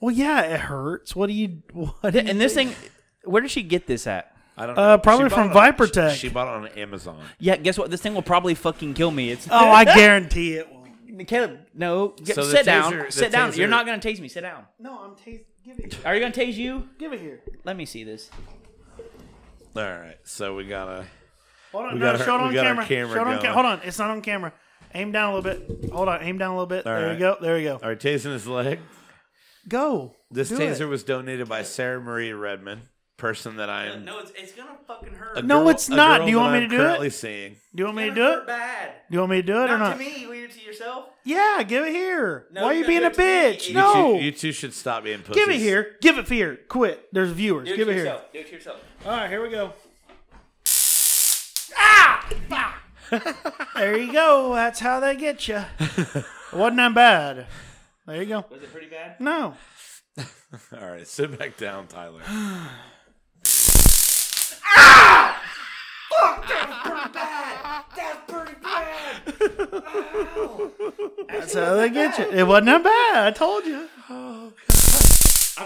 [SPEAKER 2] Well, yeah, it hurts. What do you what? do
[SPEAKER 3] [laughs]
[SPEAKER 2] you
[SPEAKER 1] And this thing, where did she get this at?
[SPEAKER 3] I don't know.
[SPEAKER 2] Uh, probably
[SPEAKER 3] She bought
[SPEAKER 2] from
[SPEAKER 3] it on-
[SPEAKER 2] Vipertech.
[SPEAKER 3] She, she bought it on Amazon.
[SPEAKER 1] Yeah, guess what? This thing will probably fucking kill me. It's
[SPEAKER 2] Oh, I guarantee it won't.
[SPEAKER 1] Caleb. No, get,
[SPEAKER 3] So the
[SPEAKER 1] sit down.
[SPEAKER 3] taser- the
[SPEAKER 1] Sit down. You're
[SPEAKER 3] taser-
[SPEAKER 1] not gonna tase me. Sit down.
[SPEAKER 2] No, I'm tasing. Give it,
[SPEAKER 1] Are you gonna tase you?
[SPEAKER 2] give it here.
[SPEAKER 1] Let me see this.
[SPEAKER 3] All right, so we gotta.
[SPEAKER 2] Hold on,
[SPEAKER 3] We
[SPEAKER 2] no,
[SPEAKER 3] got our-
[SPEAKER 2] show it
[SPEAKER 3] we
[SPEAKER 2] on
[SPEAKER 3] got our
[SPEAKER 2] camera.
[SPEAKER 3] camera
[SPEAKER 2] show it on
[SPEAKER 3] going.
[SPEAKER 2] ca- hold on, it's not on camera. Aim down a little bit. Hold on, aim down a little bit.
[SPEAKER 3] All
[SPEAKER 2] there
[SPEAKER 3] right.
[SPEAKER 2] you go. There you go.
[SPEAKER 3] All right, tasing his leg.
[SPEAKER 2] Go.
[SPEAKER 3] This
[SPEAKER 2] Do
[SPEAKER 3] taser
[SPEAKER 2] it.
[SPEAKER 3] was donated by Sarah Marie Redmond, person that I am.
[SPEAKER 1] No, it's, it's gonna fucking hurt.
[SPEAKER 3] a
[SPEAKER 1] It's
[SPEAKER 2] No,
[SPEAKER 3] girl-
[SPEAKER 2] it's
[SPEAKER 3] a
[SPEAKER 2] not.
[SPEAKER 3] girl
[SPEAKER 2] Do you want
[SPEAKER 3] that
[SPEAKER 2] me
[SPEAKER 3] I'm
[SPEAKER 2] to do it?
[SPEAKER 3] Currently seeing.
[SPEAKER 2] Do you want me to
[SPEAKER 1] gonna
[SPEAKER 2] do
[SPEAKER 1] hurt
[SPEAKER 2] it?
[SPEAKER 1] Bad.
[SPEAKER 2] Do you want me to do it
[SPEAKER 1] Not
[SPEAKER 2] or not?
[SPEAKER 1] to me. We're to yourself.
[SPEAKER 2] Yeah, give it here.
[SPEAKER 1] No,
[SPEAKER 2] Why are
[SPEAKER 1] you
[SPEAKER 2] you
[SPEAKER 1] gotta
[SPEAKER 2] being
[SPEAKER 1] do
[SPEAKER 2] a
[SPEAKER 1] it to me.
[SPEAKER 2] bitch?
[SPEAKER 1] You
[SPEAKER 2] no.
[SPEAKER 3] You two, you two should stop being pussies.
[SPEAKER 2] give it here. Give it here. Quit. There's viewers.
[SPEAKER 1] Do it
[SPEAKER 2] give
[SPEAKER 1] to
[SPEAKER 2] it here.
[SPEAKER 1] yourself. Do it to yourself.
[SPEAKER 2] All right, here we go. Ah! there you go. That's how they get you. Wasn't that bad. There you go.
[SPEAKER 1] Was it pretty bad?
[SPEAKER 2] No.
[SPEAKER 3] [laughs] All right, sit back down, Tyler.
[SPEAKER 1] [laughs]
[SPEAKER 2] That's how they get you. It wasn't that bad. I told you.
[SPEAKER 1] I'm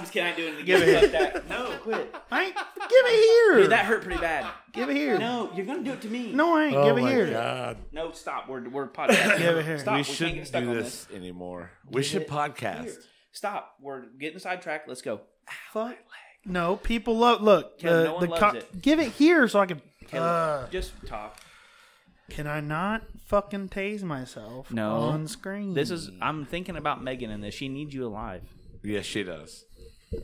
[SPEAKER 1] just kidding. I do it again. Fuck that. No, quit.
[SPEAKER 2] I ain't, give it here.
[SPEAKER 1] Dude, that hurt pretty bad.
[SPEAKER 2] give it here. No,
[SPEAKER 1] No, Oh you're gonna do it to me.
[SPEAKER 2] I ain't. Oh give it here.
[SPEAKER 3] God.
[SPEAKER 1] No, stop. We're we're podcasting.
[SPEAKER 2] Give it here.
[SPEAKER 1] Stop.
[SPEAKER 3] We
[SPEAKER 1] We, can't get
[SPEAKER 3] shouldn't
[SPEAKER 1] stuck
[SPEAKER 3] do
[SPEAKER 1] on
[SPEAKER 3] this,
[SPEAKER 1] this.
[SPEAKER 3] anymore. We should podcast.
[SPEAKER 1] Here. Stop. We're getting sidetracked. Let's go.
[SPEAKER 2] Fuck. No, people love. Look,
[SPEAKER 1] Ken,
[SPEAKER 2] the,
[SPEAKER 1] no one
[SPEAKER 2] the
[SPEAKER 1] loves
[SPEAKER 2] co-
[SPEAKER 1] it.
[SPEAKER 2] give it here so I can.
[SPEAKER 1] Caleb,
[SPEAKER 2] Uh,
[SPEAKER 1] just talk.
[SPEAKER 2] Can I not fucking tase myself
[SPEAKER 1] No.
[SPEAKER 2] on screen?
[SPEAKER 1] This is I'm thinking about Megan in this. She needs you alive.
[SPEAKER 3] Yes, she does.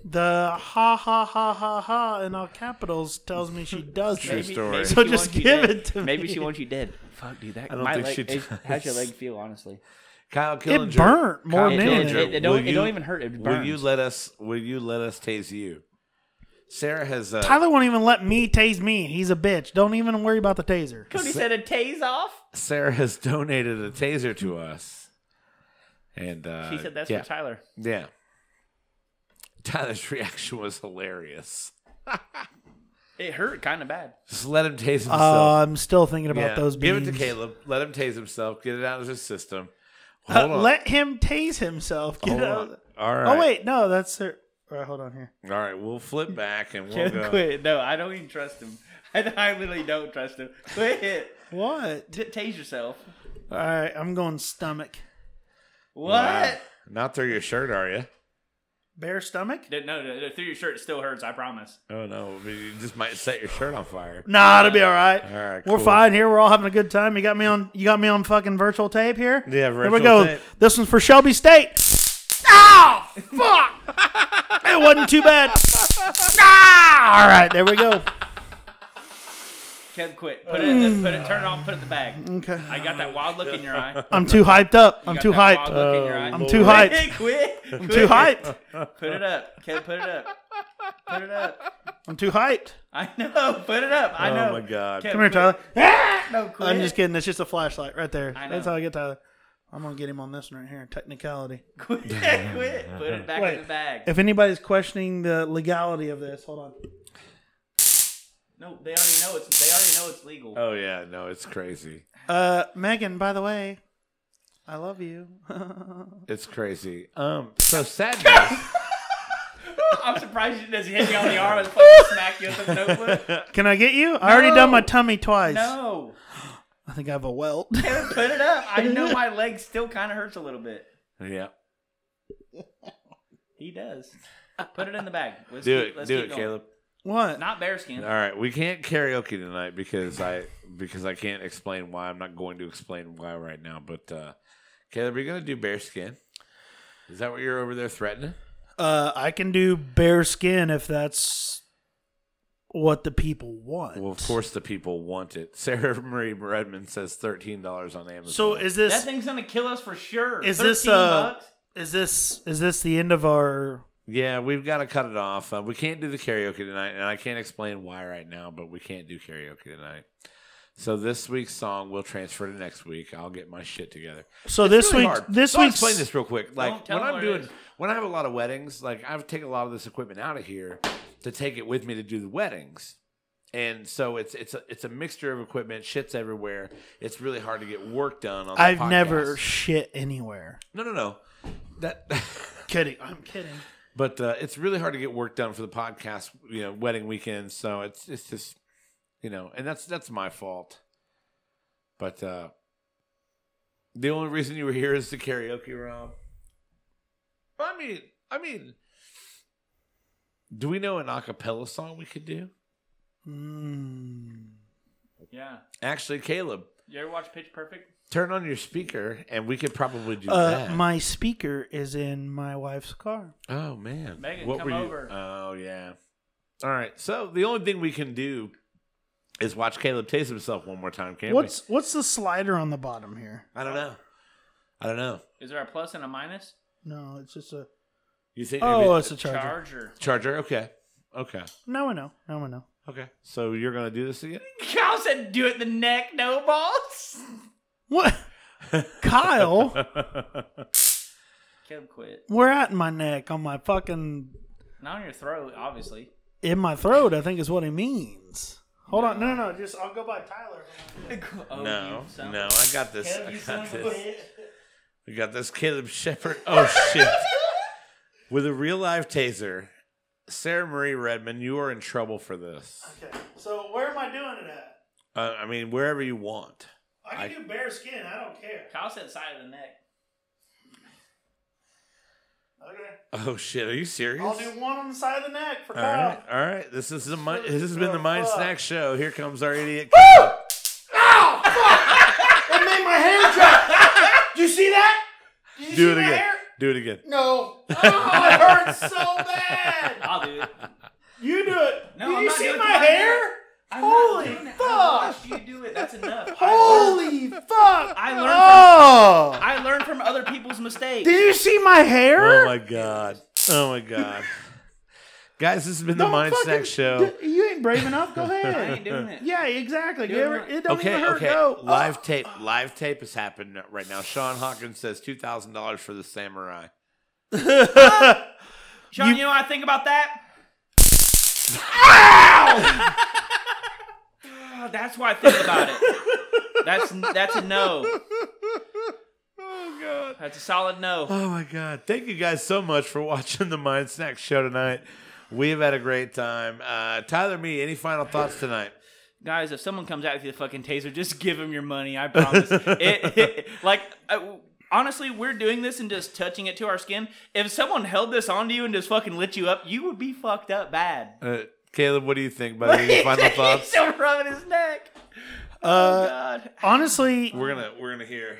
[SPEAKER 2] the ha ha ha ha ha in all capitals tells me she does.
[SPEAKER 3] [laughs] True
[SPEAKER 2] Maybe-
[SPEAKER 3] story.
[SPEAKER 2] So
[SPEAKER 1] she
[SPEAKER 2] just
[SPEAKER 1] wants you
[SPEAKER 2] give
[SPEAKER 1] dead.
[SPEAKER 2] it to
[SPEAKER 1] Maybe
[SPEAKER 2] me.
[SPEAKER 1] she wants you dead. Fuck, dude. That
[SPEAKER 3] I don't
[SPEAKER 1] my
[SPEAKER 3] think
[SPEAKER 1] leg.
[SPEAKER 3] she
[SPEAKER 1] it-
[SPEAKER 3] does.
[SPEAKER 1] how's
[SPEAKER 2] [laughs]
[SPEAKER 1] your leg feel, honestly?
[SPEAKER 3] Kyle
[SPEAKER 2] It
[SPEAKER 3] Killinger.
[SPEAKER 2] burnt more
[SPEAKER 1] It-
[SPEAKER 2] than
[SPEAKER 1] it-
[SPEAKER 2] anything.
[SPEAKER 1] it- it don't-
[SPEAKER 3] will
[SPEAKER 1] don't even hurt, it
[SPEAKER 3] Will you
[SPEAKER 1] burns.
[SPEAKER 3] let us? Will you let us tase you? Sarah has. Uh,
[SPEAKER 2] Tyler won't even let me tase me. He's a bitch. Don't even worry about the taser.
[SPEAKER 1] Cody said a tase off.
[SPEAKER 3] Sarah has [laughs] donated a taser to us. And uh,
[SPEAKER 1] She said that's
[SPEAKER 3] yeah,
[SPEAKER 1] for Tyler.
[SPEAKER 3] Yeah. Tyler's [laughs] reaction was hilarious.
[SPEAKER 1] It hurt kind of bad.
[SPEAKER 3] Just let him tase himself.
[SPEAKER 2] Uh, I'm still thinking about
[SPEAKER 3] Yeah.
[SPEAKER 2] those
[SPEAKER 3] Give
[SPEAKER 2] beans.
[SPEAKER 3] it to Caleb. Let him tase himself. Get it out of his system.
[SPEAKER 2] Uh,
[SPEAKER 3] Hold on.
[SPEAKER 2] Let him tase himself. Get
[SPEAKER 3] Hold
[SPEAKER 2] it
[SPEAKER 3] on.
[SPEAKER 2] out.
[SPEAKER 3] All right.
[SPEAKER 2] Oh wait, no, that's her. All right, hold on here.
[SPEAKER 3] All right. We'll flip back and
[SPEAKER 2] Oh,
[SPEAKER 3] we'll go.
[SPEAKER 1] Quit. No, I don't even trust him. [laughs] I, I literally don't trust him. Quit.
[SPEAKER 2] What?
[SPEAKER 1] T- tase yourself.
[SPEAKER 2] All right, I'm going stomach.
[SPEAKER 1] What?
[SPEAKER 3] Wow. Not through your shirt, are you?
[SPEAKER 2] Bare stomach?
[SPEAKER 1] No, no, no, through your shirt it still hurts. I promise.
[SPEAKER 3] Oh no! You just might set your shirt on fire.
[SPEAKER 2] Nah, it'll be all right.
[SPEAKER 3] All right,
[SPEAKER 2] we're
[SPEAKER 3] cool.
[SPEAKER 2] fine here. We're all having a good time. You got me on. You got me on fucking virtual tape here.
[SPEAKER 3] Yeah,
[SPEAKER 2] Here we
[SPEAKER 3] virtual
[SPEAKER 2] go.
[SPEAKER 3] tape.
[SPEAKER 2] This one's for Shelby State. Oh fuck! it wasn't too bad. ah, all right, there we go.
[SPEAKER 1] Kev, quit. Put it. In the, put it. Turn it off. Put it in the bag.
[SPEAKER 2] Okay.
[SPEAKER 1] I got that wild look in your
[SPEAKER 2] [laughs]
[SPEAKER 1] eye. You
[SPEAKER 2] I'm too hyped up. I'm
[SPEAKER 1] got
[SPEAKER 2] too
[SPEAKER 1] that
[SPEAKER 2] hyped. Uh,
[SPEAKER 1] wild look in your eye.
[SPEAKER 2] I'm too hyped.
[SPEAKER 1] quit. I'm [laughs]
[SPEAKER 2] Too hyped.
[SPEAKER 1] Put it up. Kev, put it up. Put it up.
[SPEAKER 2] I'm too hyped.
[SPEAKER 1] [laughs] I know. Put it up. I
[SPEAKER 3] Oh
[SPEAKER 1] know.
[SPEAKER 3] my God.
[SPEAKER 1] Kev,
[SPEAKER 2] Come here,
[SPEAKER 1] quit.
[SPEAKER 2] Tyler. Ah!
[SPEAKER 1] No, quit.
[SPEAKER 2] I'm just kidding. It's just a flashlight right there.
[SPEAKER 1] I know.
[SPEAKER 2] That's how I get Tyler. I'm gonna get him on this one right here. Technicality.
[SPEAKER 1] [laughs] Quit. quit. Put it back
[SPEAKER 2] Wait.
[SPEAKER 1] in the bag.
[SPEAKER 2] If anybody's questioning the legality of this, hold on.
[SPEAKER 1] No, they already know it's. They already know it's legal.
[SPEAKER 3] Oh yeah, no, it's crazy.
[SPEAKER 2] Uh, Megan, by the way, I love you.
[SPEAKER 3] It's crazy. Um,
[SPEAKER 1] [laughs]
[SPEAKER 3] so sadness.
[SPEAKER 1] [laughs] I'm surprised you didn't hit me on the arm
[SPEAKER 3] [laughs]
[SPEAKER 1] and fucking smack you with a notebook.
[SPEAKER 2] Can I get you? I already
[SPEAKER 1] No.
[SPEAKER 2] done my tummy twice.
[SPEAKER 1] No.
[SPEAKER 2] I think I have a welt. [laughs]
[SPEAKER 1] Kevin, put it up. I know
[SPEAKER 3] [laughs]
[SPEAKER 1] my leg still kind of hurts a little bit.
[SPEAKER 3] yeah,
[SPEAKER 1] He does. Put it in the bag. Let's
[SPEAKER 3] do
[SPEAKER 1] keep-
[SPEAKER 3] it,
[SPEAKER 1] let's
[SPEAKER 3] do
[SPEAKER 1] keep
[SPEAKER 3] it,
[SPEAKER 1] going.
[SPEAKER 3] Caleb.
[SPEAKER 2] what?
[SPEAKER 1] Not bear skin.
[SPEAKER 3] All right, we can't karaoke tonight because I because I can't explain why. I'm not going to explain why right now. But uh Caleb, are you gonna do bearskin? Is that what you're over there threatening?
[SPEAKER 2] Uh, I can do bare skin if that's what the people want.
[SPEAKER 3] Well, of course the people want it. [laughs] Sarah Marie Redmond says thirteen dollars on Amazon.
[SPEAKER 2] So is
[SPEAKER 1] That
[SPEAKER 2] this
[SPEAKER 1] thing's gonna kill us for sure.
[SPEAKER 2] Is this,
[SPEAKER 1] 13
[SPEAKER 2] uh,
[SPEAKER 1] bucks?
[SPEAKER 2] is this is this the end of our?
[SPEAKER 3] yeah, we've got to cut it off. Uh, we can't do the karaoke tonight, and I can't explain why right now. But we can't do karaoke tonight. So this week's song will transfer to next week. I'll get my shit together.
[SPEAKER 2] So
[SPEAKER 3] It's
[SPEAKER 2] this
[SPEAKER 3] really
[SPEAKER 2] week,
[SPEAKER 3] hard.
[SPEAKER 2] this
[SPEAKER 3] So I'll
[SPEAKER 2] week's
[SPEAKER 3] explain this real quick. Like
[SPEAKER 1] Don't tell
[SPEAKER 3] when
[SPEAKER 1] them
[SPEAKER 3] I'm
[SPEAKER 1] what it
[SPEAKER 3] doing,
[SPEAKER 1] is.
[SPEAKER 3] when I have a lot of weddings, like I take a lot of this equipment out of here to take it with me to do the weddings, and so it's it's a it's a mixture of equipment. Shit's everywhere. It's really hard to get work done. on the
[SPEAKER 2] I've
[SPEAKER 3] podcast.
[SPEAKER 2] never shit anywhere.
[SPEAKER 3] no no no that. [laughs]
[SPEAKER 2] Kidding. I'm kidding.
[SPEAKER 3] but uh, it's really hard to get work done for the podcast, you know, wedding weekends. So it's it's just, you know, and that's that's my fault. But uh the only reason you were here is the karaoke, Rob. I mean, I mean, do we know an acapella song we could do?
[SPEAKER 2] Mm.
[SPEAKER 1] Yeah.
[SPEAKER 3] Actually, Caleb,
[SPEAKER 1] You ever watch Pitch Perfect?
[SPEAKER 3] turn on your speaker, and we could probably do
[SPEAKER 2] Uh,
[SPEAKER 3] that.
[SPEAKER 2] my speaker is in my wife's car.
[SPEAKER 3] Oh man,
[SPEAKER 1] Megan, come over.
[SPEAKER 3] Oh yeah. All right. So the only thing we can do is watch Caleb taste himself one more time, can't
[SPEAKER 2] What's what's the slider on the bottom here?
[SPEAKER 3] we? I don't know. I don't know.
[SPEAKER 1] Is there a plus and a minus?
[SPEAKER 2] No, it's just a.
[SPEAKER 3] You think?
[SPEAKER 2] Oh,
[SPEAKER 3] maybe-
[SPEAKER 2] it's a charger.
[SPEAKER 1] Charger.
[SPEAKER 3] charger. Okay. Okay.
[SPEAKER 2] Now I know. Now I know.
[SPEAKER 3] Okay. So you're gonna do [laughs] this again?
[SPEAKER 1] Kyle said, "Do it the neck, no balls."
[SPEAKER 2] What? [laughs] Kyle,
[SPEAKER 1] Kev, quit.
[SPEAKER 2] where at in my neck? On my fucking
[SPEAKER 1] Not on your throat, [laughs] obviously.
[SPEAKER 2] in my throat? I think is what he means. Hold on. No, no, no. Just I'll go by Tyler.
[SPEAKER 1] Oh,
[SPEAKER 3] no.
[SPEAKER 1] you son of-
[SPEAKER 3] No. I got this.
[SPEAKER 1] Kev,
[SPEAKER 3] I
[SPEAKER 1] you son
[SPEAKER 3] got
[SPEAKER 1] of a
[SPEAKER 3] this.
[SPEAKER 1] bitch.
[SPEAKER 3] We got this Caleb [laughs] Shepherd. Oh shit! With a real live taser, Sarah Marie Redmond, you are in trouble for this.
[SPEAKER 2] Okay. So where am I doing it at?
[SPEAKER 3] Uh, I mean, wherever you want.
[SPEAKER 2] I
[SPEAKER 3] I-
[SPEAKER 2] can do bare skin. I don't care.
[SPEAKER 1] Kyle said side of the neck.
[SPEAKER 2] Okay.
[SPEAKER 3] Oh shit! Are you serious?
[SPEAKER 2] I'll do one on the side of the neck for
[SPEAKER 3] All
[SPEAKER 2] Kyle.
[SPEAKER 3] right, all right. This is the mi- this has been
[SPEAKER 2] Oh,
[SPEAKER 3] the Mind
[SPEAKER 2] fuck. Oh,
[SPEAKER 3] Snack Show. Here comes our idiot.
[SPEAKER 2] [laughs]
[SPEAKER 4] you
[SPEAKER 3] Do
[SPEAKER 4] see
[SPEAKER 3] it
[SPEAKER 4] my
[SPEAKER 3] again.
[SPEAKER 4] hair?
[SPEAKER 3] Do it again.
[SPEAKER 4] No. Oh, it hurts so bad.
[SPEAKER 1] I'll do it.
[SPEAKER 3] [laughs]
[SPEAKER 4] You do it.
[SPEAKER 1] No,
[SPEAKER 4] Did
[SPEAKER 1] I'm
[SPEAKER 4] you
[SPEAKER 1] not
[SPEAKER 4] see
[SPEAKER 1] doing
[SPEAKER 4] my
[SPEAKER 1] it.
[SPEAKER 4] hair?
[SPEAKER 1] I'm
[SPEAKER 4] Holy
[SPEAKER 1] not doing it. I
[SPEAKER 4] fuck.
[SPEAKER 1] watched you do it. That's enough.
[SPEAKER 4] Holy fuck.
[SPEAKER 1] I learned.
[SPEAKER 4] Oh.
[SPEAKER 1] From, I learned from other people's mistakes.
[SPEAKER 4] Did you see my hair?
[SPEAKER 3] Oh my god. Oh my god. Guys, this has been
[SPEAKER 2] Don't
[SPEAKER 3] the Mind
[SPEAKER 2] fucking-
[SPEAKER 3] Snack Show.
[SPEAKER 2] d- you ain't brave enough.
[SPEAKER 3] [laughs]
[SPEAKER 2] Go
[SPEAKER 1] I
[SPEAKER 2] ahead.
[SPEAKER 1] ain't doing it.
[SPEAKER 2] yeah, exactly.
[SPEAKER 1] Do
[SPEAKER 2] Give
[SPEAKER 1] it
[SPEAKER 2] her-
[SPEAKER 1] right.
[SPEAKER 2] it don't
[SPEAKER 3] Okay,
[SPEAKER 2] even hurt. Uh,
[SPEAKER 3] okay.
[SPEAKER 2] Go.
[SPEAKER 1] Uh,
[SPEAKER 3] Live tape. Live tape has happened right now. Sean Hawkins says two thousand dollars for the samurai.
[SPEAKER 1] Sean, you, know what I think about that? Ow! Oh, that's why I think about it. [laughs] That's that's a [laughs] no.
[SPEAKER 3] Oh god.
[SPEAKER 1] That's a solid
[SPEAKER 3] [laughs]
[SPEAKER 1] no.
[SPEAKER 3] Oh my god. Thank you guys so much for watching the Mind Snack Show tonight. We have had a great time. Uh, Tyler, me, any final thoughts tonight?
[SPEAKER 1] Guys, if someone comes at you with a fucking taser, just [laughs] give them your money. I promise.
[SPEAKER 2] [laughs]
[SPEAKER 1] it, it- like, I, honestly, we're doing this and just touching it to our skin. If someone held this onto you and just fucking lit you up, you would be fucked up bad.
[SPEAKER 3] Uh, Caleb, what do you think, buddy?
[SPEAKER 1] [laughs]
[SPEAKER 3] Any final
[SPEAKER 1] He's
[SPEAKER 3] thoughts?
[SPEAKER 1] still rubbing his neck.
[SPEAKER 2] Uh,
[SPEAKER 1] oh God.
[SPEAKER 2] Honestly,
[SPEAKER 3] We're gonna we're gonna hear.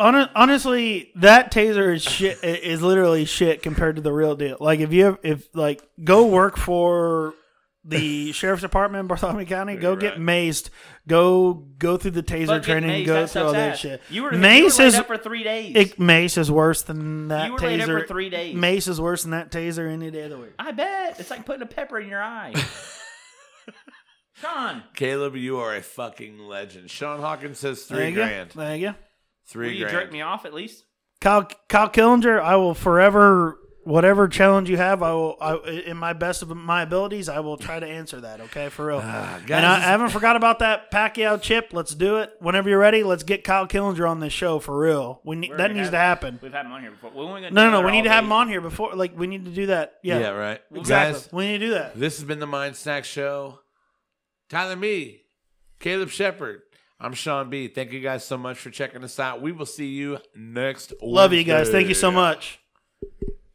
[SPEAKER 2] Hon- honestly, that taser is shit. i- Is literally shit compared to the real deal. Like if you have, if like go work for
[SPEAKER 3] [laughs]
[SPEAKER 2] the sheriff's department in Bartholomew County, go
[SPEAKER 3] You're
[SPEAKER 2] get
[SPEAKER 3] right.
[SPEAKER 2] maced, go go through the taser
[SPEAKER 1] Fucking
[SPEAKER 2] training,
[SPEAKER 1] Mace,
[SPEAKER 2] go
[SPEAKER 1] that
[SPEAKER 2] through
[SPEAKER 1] sucks
[SPEAKER 2] all that
[SPEAKER 1] ass.
[SPEAKER 2] shit.
[SPEAKER 1] You were,
[SPEAKER 2] mace
[SPEAKER 1] you were laid
[SPEAKER 2] is
[SPEAKER 1] up for three days.
[SPEAKER 2] it, mace is worse than that
[SPEAKER 1] You were
[SPEAKER 2] taser.
[SPEAKER 1] laid up for three days.
[SPEAKER 2] Mace is worse than that taser any day of the week.
[SPEAKER 1] I bet it's like putting a pepper in your eye.
[SPEAKER 2] [laughs]
[SPEAKER 1] Sean,
[SPEAKER 3] Caleb, you are a fucking legend. Sean Hawkins says
[SPEAKER 2] There
[SPEAKER 3] three
[SPEAKER 2] you go.
[SPEAKER 3] grand.
[SPEAKER 2] There you go.
[SPEAKER 1] will
[SPEAKER 3] Three
[SPEAKER 1] you
[SPEAKER 3] grand.
[SPEAKER 1] jerk me off at least?
[SPEAKER 2] Kyle Kyle Killinger, I will forever whatever challenge you have, I will I, in my best of my abilities, I will try to answer that. Okay, for real.
[SPEAKER 3] Uh, Ah, guys,
[SPEAKER 2] and I, I
[SPEAKER 3] this-
[SPEAKER 2] haven't forgot about that Pacquiao chip. Let's do it whenever you're ready. Let's get Kyle Killinger on this show for real. We need,
[SPEAKER 1] We're
[SPEAKER 2] that
[SPEAKER 1] gonna
[SPEAKER 2] needs
[SPEAKER 1] have-
[SPEAKER 2] to happen.
[SPEAKER 1] We've had him on here before. When are we gonna
[SPEAKER 2] No,
[SPEAKER 1] do
[SPEAKER 2] no, no.
[SPEAKER 1] another
[SPEAKER 2] We need to have
[SPEAKER 1] all-day?
[SPEAKER 2] him on here before. Like we need to do that. Yeah,
[SPEAKER 3] Yeah, right.
[SPEAKER 2] exactly.
[SPEAKER 3] Guys,
[SPEAKER 2] we need to do that.
[SPEAKER 3] this has been the Mind Snack Show. Tyler Me, Caleb Shepard. I'm Sean B. Thank you guys so much for checking us out. We will see you next
[SPEAKER 2] Love you guys. Thank you
[SPEAKER 3] Wednesday.
[SPEAKER 2] so much.